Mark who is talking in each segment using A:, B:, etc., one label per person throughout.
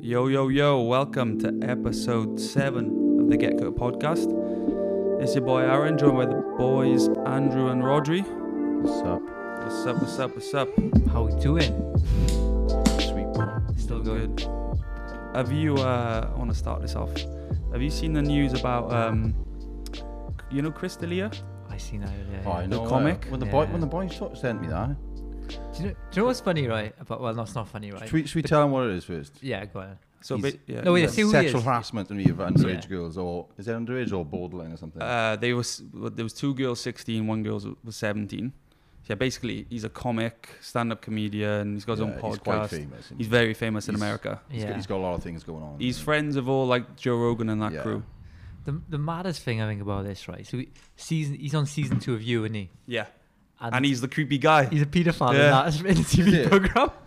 A: Yo, yo, yo, welcome to episode seven of the Get Go podcast. It's your boy Aaron, joined by the boys Andrew and Rodri.
B: What's up?
A: What's up, what's up, what's up?
C: How we doing?
B: Sweet boy.
C: Still going.
A: Have you, uh, I want to start this off. Have you seen the news about, um, you know, Chris D'Elia?
C: I see now. Yeah.
B: Oh, I
C: yeah.
B: know. uh,
A: comic?
B: When the boy, when
C: Yeah.
B: the boy sort of sent me that,
C: Do, you know, do you know what's funny, right? About well, no, it's not funny, right?
B: should, we, should we tell him what it is first?
C: Yeah, go on.
A: So,
B: He's-
A: ba- yeah.
C: No, wait,
A: yeah.
C: I see who he
B: Sexual
C: is.
B: harassment of underage
C: Yeah.
B: girls, or is it underage or borderline or something?
A: Uh, they was well, there was two girls 16, one girl was 17. Yeah, basically, he's a comic, stand-up comedian. He's got his own
B: Yeah,
A: podcast.
B: He's quite famous. isn't
A: He's
B: he?
A: very famous in
B: He's-
A: America.
B: He's got-
C: Yeah.
B: he's got a lot of things going on.
A: He's friends of all like Joe Rogan and that
B: Yeah.
A: crew.
C: The the maddest thing I think about this, right? So we, season he's on season two of You and he,
A: Yeah, and he's the creepy guy.
C: he's a paedophile
A: Yeah.
C: in that in the
B: Is
C: TV
B: he?
C: program.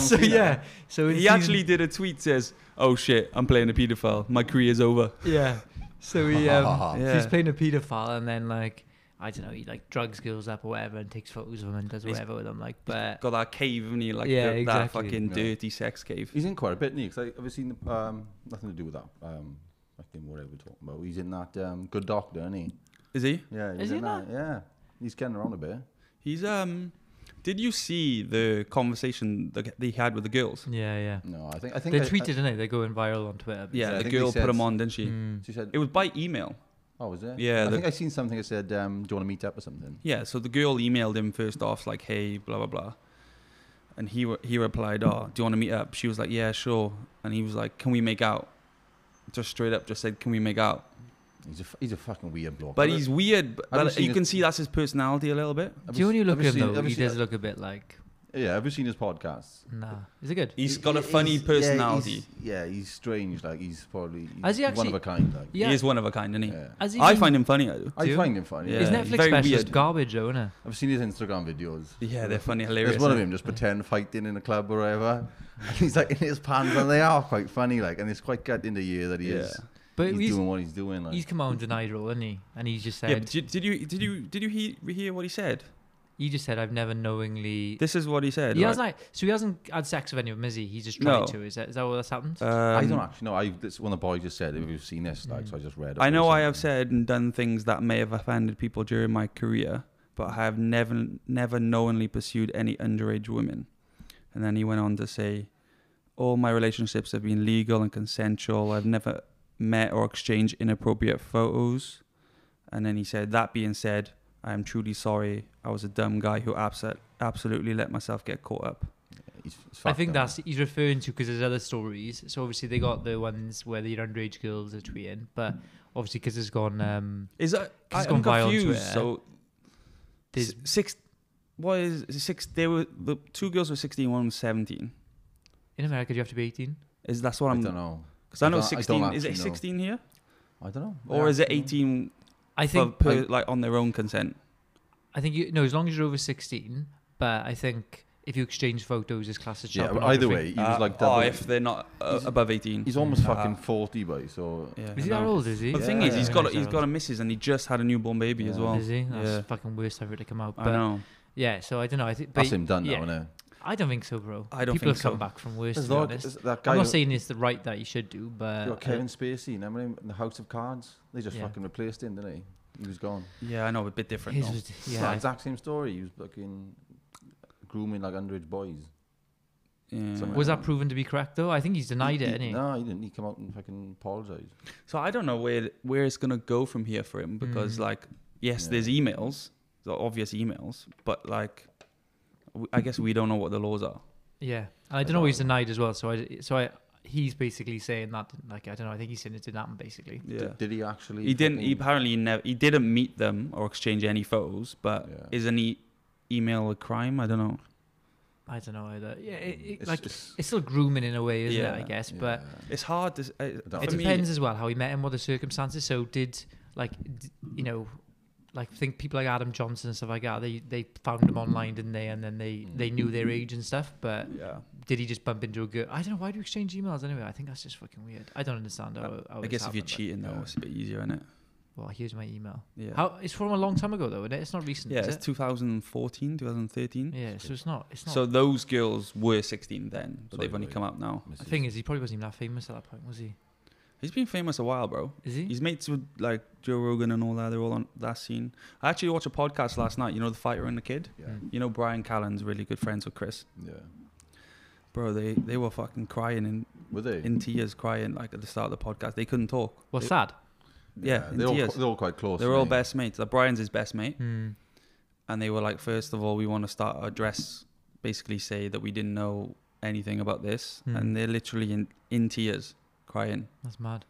C: So yeah, so in
A: He
C: season-
A: actually did a tweet says, "Oh shit, I'm playing a pedophile. My career's over."
C: yeah. So he um, so
A: Yeah.
C: he's playing a paedophile, and then like I don't know, he like drugs girls up or whatever, and takes photos of them and does
A: He's-
C: whatever with them. Like, but
A: Got that cave, and he like
C: Yeah,
A: the-
C: exactly.
A: that fucking
B: Yeah.
A: dirty sex cave.
B: He's in quite a bit, isn't he? 'Cause I- have you seen the, um, nothing to do with that. Um, fucking whatever we're talking about. He's in that um, Good Doctor, isn't he?
A: Is he?
B: Yeah. He's
C: Is he
B: in that? Yeah. He's getting around a bit.
A: He's um. Did you see the conversation that they had with the girls?
C: yeah, yeah.
B: No, I think I think
C: They
B: I- I-
C: tweeted, didn't they? They're going viral on Twitter.
A: Yeah,
B: Yeah, I
A: the
B: think they
A: girl put
B: said-
A: him on, didn't she?
C: Mm.
B: she said,
A: It was by email.
B: "Oh, was it?
A: Yeah,
B: I
A: the-
B: think I seen something that said, um, "Do you want to meet up or something?"
A: Yeah, so the girl emailed him first off, like, hey, blah, blah, blah. And he, re- he replied, oh, do you want to meet up? She was like, yeah, sure. And he was like, can we make out? Just straight up just said, can we make out?
B: He's a f- he's a fucking weird bloke.
A: But
B: Have
A: he's weird. But,
B: have you
A: but
B: seen
A: you
B: his-
A: can see that's his personality a little bit.
B: you-
C: Do you when you look
B: have
C: at
B: seen-
C: him though,
B: have you
C: he
B: seen-
C: does look a bit like
B: Yeah, have you seen his podcasts?
C: nah. Is it good?
A: He's
B: He-
A: got a
B: he-
A: funny
B: he's- yeah,
A: personality.
B: he's- Yeah, he's, strange. Like he's probably he's
C: Has he
B: one of
C: actually-
B: a kind. Like
C: Yeah.
A: He is one of a kind, isn't he?
B: yeah.
C: Has he
A: I
C: been-
A: find him funny, I do.
B: I
C: Do-
B: find him funny.
A: Yeah,
C: his
A: he's
C: Netflix
A: very
C: special is
A: weird.
C: garbage, though, isn't it?
B: I've seen his Instagram videos.
A: Yeah, they're funny, hilarious.
B: There's one of
A: eh?
B: him just pretend fighting in a club or whatever. And he's like in his pants, and they are quite funny. Like, and it's quite gut in the year that he
A: Yeah.
B: is.
C: But
B: He's,
C: he's he's,
B: doing what he's doing. Like,
C: come out and denied it all, isn't he? And he just said
A: Yeah, but did, did you did you did you he, hear what he said?
C: he just said I've never knowingly.
A: This is what he said.
C: he
A: right?
C: hasn't like, so he hasn't had sex with anyone, has he? He's just tried
A: No.
C: to. Is that is that what that's happened?
B: I
A: Um,
B: don't actually know. I this one of the boys just said if you've seen this, like, so I just read.
A: I
B: it or
A: know I
B: something.
A: have said and done things that may have offended people during my career, but I have never, never knowingly pursued any underage women. And then he went on to say, all my relationships have been legal and consensual. I've never met or exchanged inappropriate photos. And then he said, that being said, I am truly sorry. I was a dumb guy who abso- absolutely let myself get caught up.
B: He's- he's
C: I
B: fucked
C: think
B: up.
C: that's he's referring to because there's other stories. So obviously they got the ones where the underage girls are tweeting, but obviously because it's gone. Um,
A: Is that, I,
C: It's
A: I'm
C: gone viral on
A: confused.
C: Twitter.
A: So
C: there's
A: S- six. What is, is it six? They were the two girls were 16, one was 17.
C: in America, do you have to be 18?
A: Is that's what
B: I
A: I'm
B: don't know.
A: because I
B: I
A: know
B: don't- I
A: 16
B: don't
A: is it
B: actually know.
A: 16 here
B: I don't know.
A: or
B: Yeah,
A: is it
B: I don't know.
A: 18
C: I
A: I think
C: think
A: per, like on their own consent.
C: I think you no, as long as you're over 16. But I think if you exchange photos, it's class as
B: Yeah,
C: child
B: but either
C: pornography.
B: way, he was
A: Uh,
B: like
A: oh,
B: double.
A: if they're not uh,
B: He's-
A: above 18.
B: He's almost
C: Mm-hmm.
A: Ah.
B: fucking 40, by so.
A: yeah.
C: Is he
B: No.
C: that old? Is he?
A: But the thing is, he's
B: Yeah.
A: got he's got a missus and he just had a newborn baby as
B: Yeah.
A: well.
C: Is he? That's
A: Yeah.
C: fucking worst time for it to come out.
A: I
C: But
A: know.
C: yeah, so I don't know. I think
B: That's him done
C: yeah.
B: now, isn't it?
C: I don't think so, bro.
A: I don't
C: People
A: think
C: have
A: so.
C: come back from worse.
B: There's
C: To be
B: lot-
C: honest.
B: there's that guy.
C: I'm not
B: who-
C: saying it's the right that you should do,
B: you
C: but
B: got Kevin Spacey, remember him in the House of Cards? They just
C: Yeah.
B: fucking replaced him, didn't they? He was gone.
A: Yeah, I know a bit
C: uh,
A: different.
C: his
A: though.
C: was,
B: It's the
C: yeah,
B: exact same story. He was fucking grooming like underage boys.
A: Yeah.
B: Something
C: was
B: like
C: that proven to be correct though? I think he's denied
B: he,
C: it,
B: he,
C: didn't he?
B: No, he didn't. He came out and fucking apologized.
A: So I don't know where where it's gonna go from here for him because
C: Mm.
A: like yes,
B: Yeah.
A: there's emails, the obvious emails, but like w- I guess we don't know what the laws are.
C: Yeah, and I don't know. He's denied as well. So I, so I, he's basically saying that. didn't- Like I don't know. I think he's saying it didn't happen. Basically,
A: Yeah.
B: Did, did he actually?
A: he didn't. He
B: fucking-
A: apparently never. He didn't meet them or exchange any photos. But
B: Yeah.
A: isn't he email a crime? I don't know.
C: I don't know either. Yeah, it, it,
B: It's-
C: like
B: it's-
C: it's still grooming in a way, isn't it? I
A: Yeah,
C: guess, but
B: yeah.
A: It's hard to. s- I-
B: don't
A: for
C: it
B: know.
A: me-
C: depends as well how he met him, what the circumstances. So did like d- you know, like think people like Adam Johnson and stuff like that. They they found him online, didn't they? And then they they
A: Mm.
C: knew their age and stuff. But
A: Yeah.
C: did he just bump into a girl? I don't know. Why do you exchange emails anyway? I think that's just fucking weird. I don't understand how. how
A: I
C: it's
A: guess if you're
C: happened,
A: cheating though,
B: Yeah.
A: it's a bit easier, isn't it?
C: Well, here's my email.
A: Yeah.
C: How it's from a long time ago though, isn't it? It's not recent.
A: yeah,
C: is
A: it's
C: it?
A: 2014, 2013.
C: yeah. So it's not. It's not.
A: So those girls were 16 then, but
B: Sorry,
A: they've only
B: wait.
A: come out now.
C: the thing is, he probably wasn't even that famous at that point, was he? Hmm.
A: He's been famous a while, bro.
C: Is he?
A: He's mates with like Joe Rogan and all that. They're all on that scene. I actually watched a podcast last night. You know, the fighter and the kid.
B: yeah,
C: Mm.
A: You know, Brian Callen's really good friends with Chris.
B: yeah.
A: Bro, they they were fucking crying in
B: Were they?
A: in tears, crying like at the start of the podcast. They couldn't talk.
C: Well,
A: They-
C: sad.
A: yeah, in
B: they're all,
A: tears.
B: they're all quite close.
A: They're all
B: aren't they?
A: best mates. Like Brian's his best mate,
C: Hmm.
A: and they were like, first of all, we want to start our dress. Basically, say that we didn't know anything about this,
C: Hmm.
A: and they're literally in in tears, crying.
C: That's mad.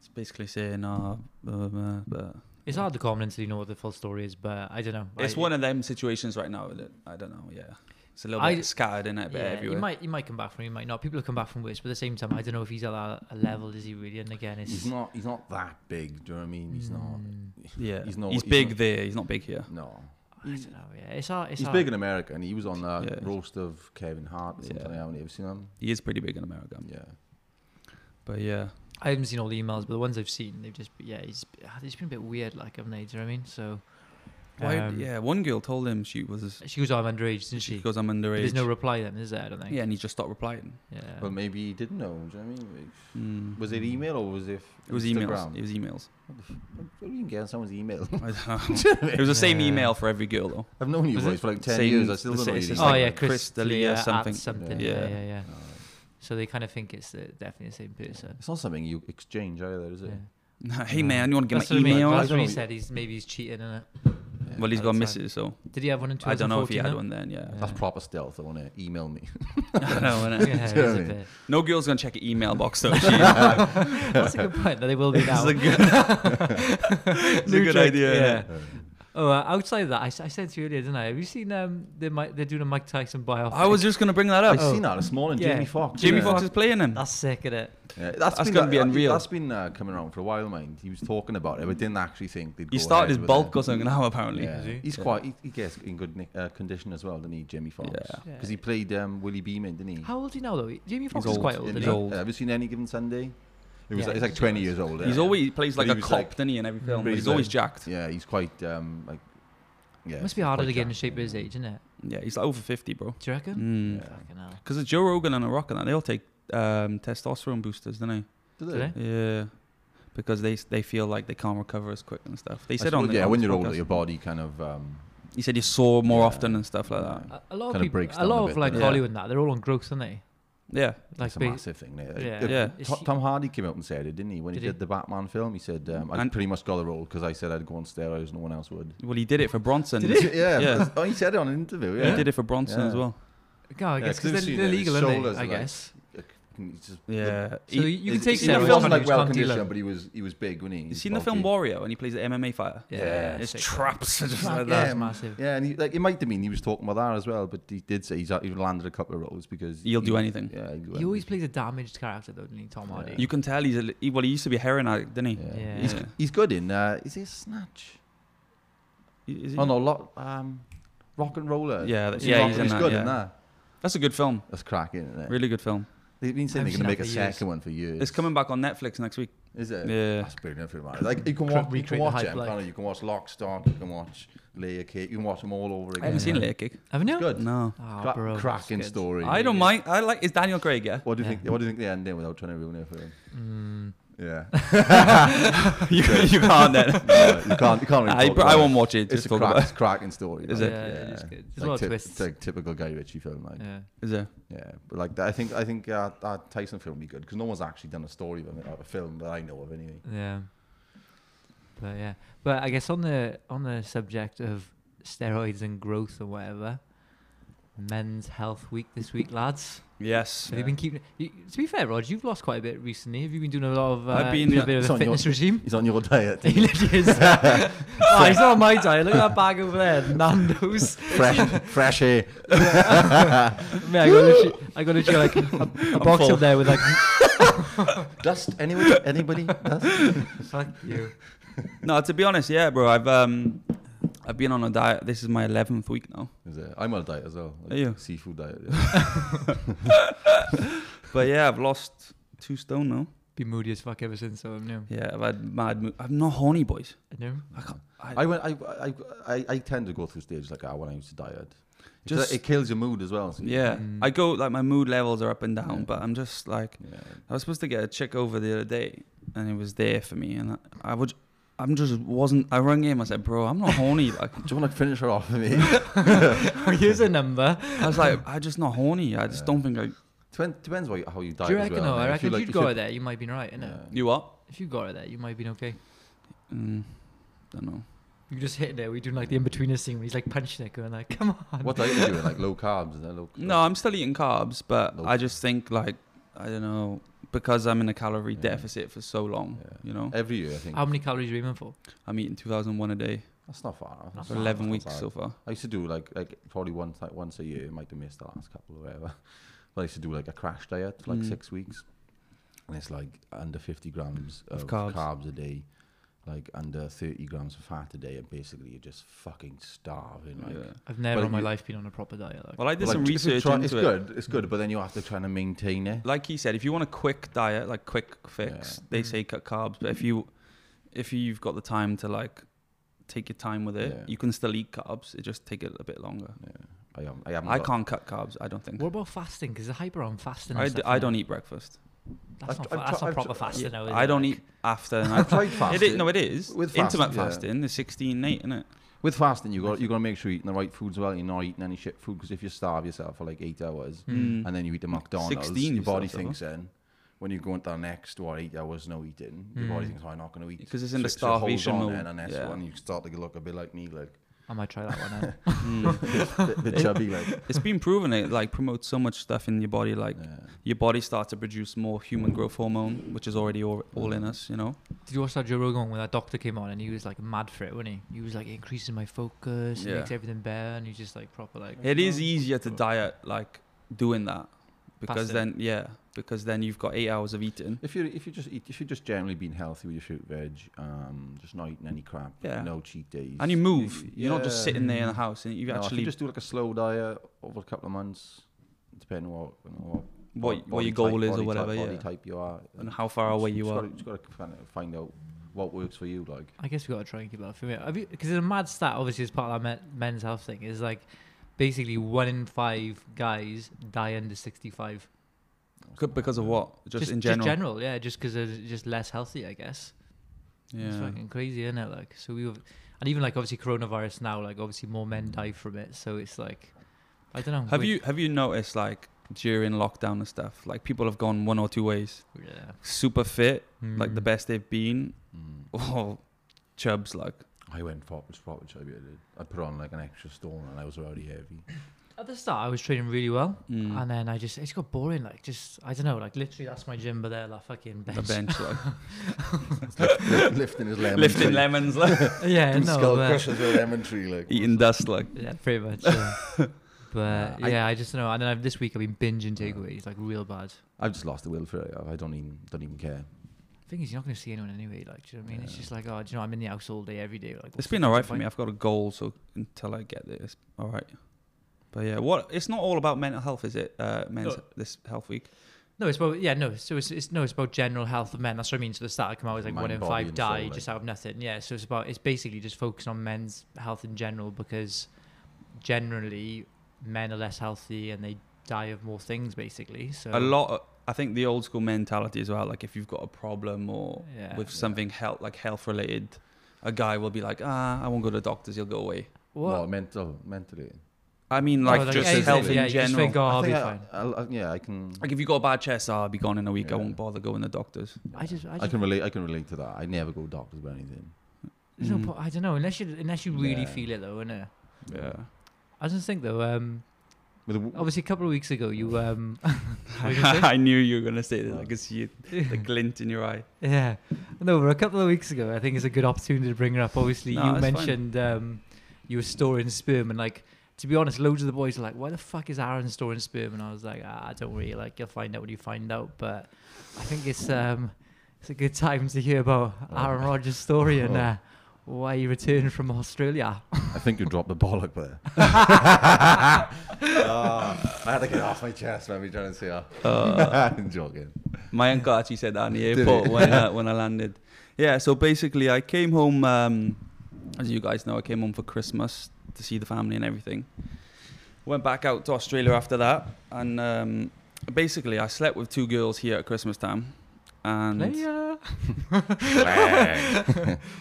A: It's basically saying, "Ah, blah, blah, blah."
C: It's hard to comment until you know what the full story is, but I don't know.
A: it's
C: I,
A: one of them situations right now. That I don't know. Yeah, it's a little
C: I-
A: bit scattered in it, but
C: Yeah,
A: everywhere.
C: he might he might come back from, he might not. People have come back from worse, but at the same time, I don't know if he's at that a level. Is he really? And again, it's
B: He's not. He's not that big. Do you know what I mean? He's
C: Mm.
A: yeah,
B: He's not- he's
A: big
B: not-
A: there. He's not big here.
B: not. No.
C: I don't know. Yeah, it's hard. It's
B: he's
C: hard.
B: big in America, and he was on that
A: Yeah.
B: roast of Kevin Hart. Or something.
A: Yeah. Um,
B: I haven't ever seen him.
A: He is pretty big in America,
B: Yeah.
A: but yeah,
C: I haven't seen all the emails, but the ones I've seen, they've just yeah, he's ah, it's been a bit weird, like haven't they? Do you know what I mean? So,
A: Why,
C: um,
A: yeah. One girl told him she was
C: She goes, oh, "I'm underage," doesn't she?
A: because I'm
C: But
A: underage.
C: There's no reply then, is there? I don't think.
A: yeah, and he just stopped replying.
C: Yeah.
B: But maybe he didn't know. Do you know what I mean?
A: Mm.
B: Was it email or was it?
A: It was
B: Instagram?
A: emails. It was emails.
B: What do you get on someone's email?
A: I don't know. it was the same
C: Yeah.
A: email for every girl though.
B: I've known you
A: Was
B: boys
A: it
B: for like ten
A: same-
B: years. I still
A: the
B: don't know.
A: same- it's
B: your Oh,
C: oh
B: email.
A: like
C: yeah,
A: Chris
C: Chris
A: D'Elia
C: D'Elia
A: something.
C: something. something.
B: Yeah.
C: Yeah. yeah,
A: Yeah.
C: yeah,
B: Alright.
C: So they kind of think it's the, definitely the same person.
B: It's not something you exchange either, is it?
C: Yeah.
A: hey
C: No.
A: man, you want to get
C: That's
A: my
C: what I mean.
A: email?
C: That's what he
B: Yeah.
C: said. He's maybe he's cheating in it.
B: Yeah.
A: Well, he's
C: At
A: got
C: the time.
A: misses, so
C: Did he have one in
A: I don't know if he
C: 2014
A: had
C: then?
A: one then. Yeah,
B: That's
C: Yeah.
B: proper stealth. I want to email me.
A: I know, innit?
B: Do you know
C: Yeah, it is a
B: what I mean?
C: bit.
A: No girl's gonna check your email box though.
C: That's a good point. That they will be
A: It's
C: now.
A: a good- it's a
C: New
A: good
C: trick,
A: idea,
C: Yeah.
B: Uh,
C: Oh, uh, outside of that, I, s- I said to you earlier, didn't I? Have you seen um they're mi- they're doing a Mike Tyson biopic?
A: I was just gonna bring that
B: I've
A: up.
C: Oh.
B: seen that this morning.
C: Yeah.
B: Jamie Foxx.
A: Jamie
B: yeah.
A: Foxx is playing him.
C: That's sick, is it?
B: Yeah,
A: That's
B: been
A: gonna be
B: uh,
A: unreal.
B: That's been uh, coming around for a while, mind. He was talking about it, but didn't actually think they'd.
A: He
B: go
A: started
B: ahead
A: his
B: with
A: bulk
B: it.
A: or something now apparently.
B: Yeah.
C: Is he?
B: He's
A: Yeah.
B: quite. He, he gets in good nick- uh, condition as well, doesn't he, Jamie Foxx?
A: Yeah.
C: Yeah.
B: Because he played um, Willie Beeman, didn't he?
C: How old is he now though? Jamie Foxx is
A: old.
C: quite old,
B: Didn't
C: isn't
A: He's
C: he?
A: old.
B: Have you seen any given Sunday? It was
C: Yeah.
B: like, it's like twenty years old.
A: He's
B: yeah.
A: always he plays
B: But
A: like
B: he
A: a
B: was
A: cop,
B: like-
A: doesn't he? In every film,
B: but
A: but
B: he's
A: he's always
B: like-
A: jacked.
B: Yeah, he's quite um like. Yeah.
C: It must be
B: he's
C: harder
B: quite
C: to get in
B: jacked,
C: shape at
B: yeah.
C: his age, isn't it?
A: Yeah, he's like over fifty, bro.
C: Do you reckon?
A: Mm.
B: Yeah.
C: Fucking hell.
A: Because Joe Rogan and The Rock and that, they all take um, testosterone boosters, don't
B: Do
C: Do they?
B: they?
A: they? Yeah. Because they they feel like they can't recover as quick and stuff. They
B: I
A: said on
B: suppose,
A: the
B: yeah,
A: on
B: when
A: this
B: you're older,
A: podcast-
B: your body kind of um,
A: He said you saw more
B: Yeah.
A: often and stuff like that.
C: A, a
B: Kinda
C: lot of people,
B: breaks
C: a
B: down a
C: lot of
B: bit,
C: like
A: doesn't it?
C: Hollywood and that, they're all on growth, aren't they?
A: Yeah.
C: Like,
B: It's a
C: ba-
B: massive thing. There.
C: Yeah.
B: If-
A: Yeah.
C: Is
B: To-
C: he-
B: Tom Hardy came out and said it, didn't he? When he
C: Did he?
B: did the Batman film, he said, um, "I
A: And-
B: pretty much got the role because I said I'd go on steroids, no one else would."
A: Well, he did it for Bronson.
B: Yeah.
A: Yeah.
B: because- Oh, he said it on an interview. Yeah.
A: He did it for Bronson
B: Yeah.
A: as well.
C: God, I
B: Yeah,
C: guess
B: 'cause
C: because
B: I've
C: they're,
B: seen
C: they're
B: it, his
C: legal, aren't they?
B: shoulders
C: I
B: are like-
C: guess.
B: He's just-
A: Yeah.
C: So you can
B: He's-
C: take
B: he's in the
C: steroids,
B: film
C: but
B: like
C: you
B: well
C: can't deal
B: conditioned,
C: it.
B: but he was he was big, wasn't he?
A: you
B: He's
A: seen the film
B: bulky.
A: Wario when he plays the MMA fighter?
B: Yeah. Yeah,
A: His
C: sick.
A: traps are just
B: Fuck
A: like
B: yeah,
A: that.
C: That's
B: man.
C: massive.
B: Yeah, and he, like it might have been he was talking about that as well, but he did say he's he landed a couple of roles because
A: He'll
B: he-
A: do anything.
B: Yeah, he'll do
C: He always
B: anything.
C: plays a damaged character, though, doesn't he, Tom Hardy?
B: Yeah.
A: You can tell he's a, li- he, well. He used to be a heroin addict, didn't he?
B: Yeah.
C: Yeah.
B: He's, he's good in. Uh, is he a snatch?
A: Is he-
B: Oh no, lot um, rock and roller.
A: Yeah, that-
B: He's in
A: yeah,
B: Rock
A: he's
B: and-
A: in that,
B: good
A: yeah.
B: in that.
A: That's a good film.
B: That's cracking, isn't it?
A: Really good film.
B: They've been saying
C: I've
B: they're going to
C: seen
B: make
C: that
B: a
C: for years.
B: second one for years.
A: It's coming back on Netflix next week.
B: Is it?
A: Yeah.
B: That's brilliant for man. Like you can
C: Cre-
B: watch, you can
C: recreate the
B: watch
C: hype,
B: them,
C: like.
B: can't you? You can watch Lock, Stock, you can watch Layer Cake, you can watch them all over again.
A: I haven't seen
C: Yeah.
A: Layer Kick.
C: Haven't you?
B: It's good.
A: No.
C: Oh,
B: Cra-
C: bro, that's
B: cracking
C: good.
B: story.
A: I don't mind. I like. It's Daniel Craig, yeah.
B: What do you
C: Yeah.
B: think? What do you think they end in without trying to ruin it for him?
C: Mm.
B: Yeah,
A: you, you can't then.
B: No, you can't. You can't. Really
A: I,
B: talk
A: bro,
B: about
A: I
B: it.
A: won't watch it.
B: It's
A: Just
B: a
A: talk
B: crack,
A: about.
B: it's cracking story.
A: Is
B: like,
A: it?
C: Yeah, it is good. There's a
B: Like
C: lot of
B: typ-
C: twists.
B: It's like typical Guy Ritchie film, like yeah.
C: Yeah.
A: Is there?
B: But like that, I think I think uh, that Tyson film would be good because no one's actually done a story of it, or a film that I know of anyway.
C: Yeah. But yeah. But I guess on the on the subject of steroids and growth or whatever, Men's Health Week this week, lads.
A: Yes.
C: Have you been keeping? You, to be fair, Rod, you've lost quite a bit recently. Have you been doing a lot of? Uh,
A: I've been-
C: doing a bit
B: It's
C: of a
B: on your-
C: fitness regime.
B: He's on your diet.
C: He literally is. oh, he's not on my diet. Look at that bag over there, Nando's.
B: fresh, fresh air.
C: Man, I got literally, I got literally like a, a box
A: full.
C: up there with like.
B: Dust? Anyone? Anybody? Dust?
C: Fuck you.
A: No, to be honest, yeah, bro. I've um, I've been on a diet. This is my eleventh week now.
B: Is it? I'm on a diet as well.
A: Are you?
B: Seafood diet. Yeah.
A: But yeah, I've lost two stone now.
C: been moody as fuck ever since. So no,
A: Yeah, I've had mad. Mo- I'm not horny, boys.
C: no.
A: I can't. I,
B: I went. I, I I I tend to go through stages like that when I used to diet. Just
A: Just-
B: it kills your mood as well. so-
A: yeah,
C: Mm.
A: I go like my mood levels are up and down,
B: Yeah.
A: but I'm just like
B: yeah.
A: I was supposed to get a chick over the other day, and it was there for me, and I, I would. I'm just wasn't. I rang him. I said, "Bro, I'm not horny." Like
B: Do you want to finish her off with me?
C: Here's a number.
A: I was like, "I'm just not horny. I just
B: Yeah.
A: don't think I."
B: Depends, depends what, you- how you diet.
C: Do you
B: as
C: reckon?
B: well,
C: though?
B: innit?
C: I
B: If
C: reckon
B: like-
C: if you'd
B: if
C: go
B: you're-
C: there, you might be right, innit?
B: yeah.
A: You what?
C: If you go there, you might be okay.
A: Mm, don't know.
C: You just hit there. We doing like the in betweener scene when he's like punching it, going like, "Come on."
B: What diet are you doing? Like low carbs? Is that low,
A: No, I'm still eating carbs, but
B: Nope.
A: I just think like I don't know because I'm in a calorie
B: Yeah.
A: deficit for so long.
B: Yeah. Eh.
A: You know,
B: Every year, I think.
C: How many calories are you aiming for?
A: I'm eating 2001 a day
B: That's not far off.
C: Not
A: for
C: Wow,
A: 11
B: Not
A: weeks
B: bad.
A: so far.
B: I used to do like like probably once like once a year. Might have missed the last couple or whatever. But I used to do like a crash diet for like
A: Mm.
B: six weeks, and it's like under fifty grams
A: Of
B: of,
A: carbs.
B: carbs. a day, like under thirty grams of fat a day, and basically you're just fucking starving. Like,
A: Yeah.
C: I've never
B: Well,
C: in my
B: you-
C: life been on a proper diet. Like.
A: Well, I did
B: But,
A: some
B: like, if you
A: research
B: try-
A: into
B: it's
A: it.
B: good, it's good, but then you have to try and maintain it.
A: Like he said, if you want a quick diet, like quick fix,
B: Yeah.
A: they
C: Mm.
A: say cut carbs. But if you if you've got the time to like take your time with it,
B: Yeah.
A: you can still eat carbs. It just take it a bit longer.
B: Yeah. I am. I am.
A: I can't cut carbs. I don't think.
C: what about fasting? Because the hyper on fasting. and
A: I,
C: stuff,
A: d- I
C: innit?
A: don't eat breakfast.
C: That's
B: I've tr-
C: not, fa-
B: I've
C: that's
B: tr-
C: not
B: I've
C: proper
B: tr-
C: fasting. though, is
A: I
C: it?
A: don't
C: Like,
A: eat after. And
B: I've
A: I,
B: tried
A: it
B: fasting.
A: is, no, it is.
B: With
A: Intermittent
B: fasting, yeah.
A: fasting is 16 8, isn't it?
B: With fasting, you got you got to make sure you're eating the right foods. as Well, you're not eating any shit food because if you starve yourself for like eight hours,
C: Mm.
A: Hmm.
B: and then you eat the McDonald's,
A: 16
B: your
A: Mm-hmm. you
B: body
A: start,
B: thinks then when you go into the next what eight hours no eating, your body
C: Mm.
B: thinks oh, I'm not going to eat
A: Because it's in the
B: So- so it holds
A: starvation
B: on
A: mode,
B: then, and that's
A: yeah.
B: when you start to look a bit like me, like
C: I might try that one out.
A: Mm.
B: the, the chubby, like
A: it's been proven it like promotes so much stuff in your body. Like
B: yeah.
A: your body starts to produce more human growth hormone, which is already all, all
B: Mm.
A: in us. You know.
C: Did you watch that Joe Rogan when that doctor came on and he was like mad for it, wasn't he? He was like it increases my focus, it
A: Yeah.
C: makes everything better, and he's just like proper like.
A: It is easier to diet like doing that because
C: Fasting.
A: then yeah because then you've got eight hours of eating.
B: If you if you just eat if you just generally being healthy with your fruit veg, um, just not eating any crap,
A: Yeah.
B: no cheat days,
A: And you move. You're not just
B: yeah.
A: sitting there in the house, and you
B: No, if
A: actually
B: just do like a slow diet over a couple of months, depending on what you know, what
A: what what
B: body
A: your goal is
B: type- body
A: or
B: type-
A: whatever,
B: body
A: yeah,
B: type you are,
A: and how far away you are.
B: You've got to find out what works for you, like.
C: I guess we gotta try and keep that for me. Because it's a mad stat, obviously, as part of that men- men's health thing. Is like basically one in five guys die under sixty-five.
A: Could- Because of what? Just, in general.
C: Just general, yeah. Just because they're just less healthy, I guess. It's
A: Yeah.
C: fucking crazy, isn't it? Like, so we, have and even like obviously coronavirus now, like obviously more men die from it. So it's like, I don't know.
A: Have you have you noticed like during lockdown and stuff, like people have gone one or two ways.
C: Yeah.
A: Super fit, like the
C: Mm.
A: best they've been,
B: Mm.
A: or chubs like.
B: I went for it was proper chubby. I did. I put on like an extra stone and I was already heavy.
C: At the start, I was training really well.
A: Mm.
C: And then I just, it just got boring. Like, just, I don't know, like, literally, that's my gym, but they're like fucking bench.
A: the bench like
B: Lifting his lemon.
A: lifting
B: tree.
A: lemons like
C: yeah,
B: Doing
C: no,
B: skull
C: but,
B: crushes with a lemon tree. Like
A: eating dust like
C: yeah, pretty much. Yeah. but
B: I-
C: yeah, I, just don't know. And then I've, this week I've been binging takeaways, like, real bad.
B: I've just lost the will for it. I don't even don't even care.
C: Thing is, you're not going to see anyone anyway. Like, do you know what I mean? It's
B: Yeah.
C: just like, oh, do you know, I'm in the house all day, every day. Like,
A: it's
C: what's the
A: been all right
C: fucking
A: for me.
C: point?
A: I've got a goal, so until I get there, it's all right. But yeah, what? It's not all about mental health, is it? Uh, men's
C: No.
A: this health week.
C: No, it's about yeah, no. So it's, it's no, it's about general health of men. That's what I mean. So the stat I come out with like
B: Mind,
C: one in
B: body
C: five
B: and
C: die
B: soul,
C: just
B: like.
C: out of nothing. Yeah. So it's about it's basically just focusing on men's health in general because generally men are less healthy and they die of more things basically. So
A: A lot. Of, I think the old school mentality as well. Like if you've got a problem or
C: Yeah.
A: with something health, like health related, a guy will be like, ah, I won't go to doctors. He'll go away.
C: What?
B: Well, mental, mentally.
A: I mean,
C: Oh,
A: like
C: like,
A: just
C: yeah,
A: health
C: yeah,
A: in
C: yeah, you Just
A: general.
C: think, oh,
B: I
C: I'll be
B: think I-
C: fine.
B: I'll- I- yeah, I can.
A: like if you got a bad chest, ah, I'll be gone in a week. I
B: Yeah.
A: won't bother going to doctors.
C: I just, I
B: I,
C: just,
B: can relate. I can relate to that. I never go to doctors about anything.
C: there's no
A: Mm.
C: po- I don't know unless you unless you really
B: Yeah.
C: feel it though, innit?
A: Yeah.
C: I just think though, um,
B: With a,
C: obviously a couple of weeks ago you um, what were you gonna say?
A: I knew you were gonna say that. I
B: What?
A: could see it, the glint in your eye.
C: Yeah, no, but a couple of weeks ago, I think it's a good opportunity to bring it up. Obviously,
A: No,
C: you
A: it's fine.
C: mentioned um, you were storing sperm, and like to be honest, loads of the boys are like, "Why the fuck is Aaron storing sperm?" And I was like, "Ah, don't worry, like you'll find out when you find out." But I think it's um, it's a good time to hear about
B: Oh.
C: Aaron Rodgers' story and
B: Oh.
C: uh, why you returned from Australia?
B: I think you dropped the bollock there. Ah, I had to get off my chest when we trying to see her.
A: Uh,
B: I'm joking.
A: My uncle actually said that in the
B: Did
A: airport
B: he?
A: when uh, when I landed. Yeah, so basically, I came home. Um, as you guys know, I came home for Christmas to see the family and everything. Went back out to Australia after that, and um, basically, I slept with two girls here at Christmas time, and
C: Player.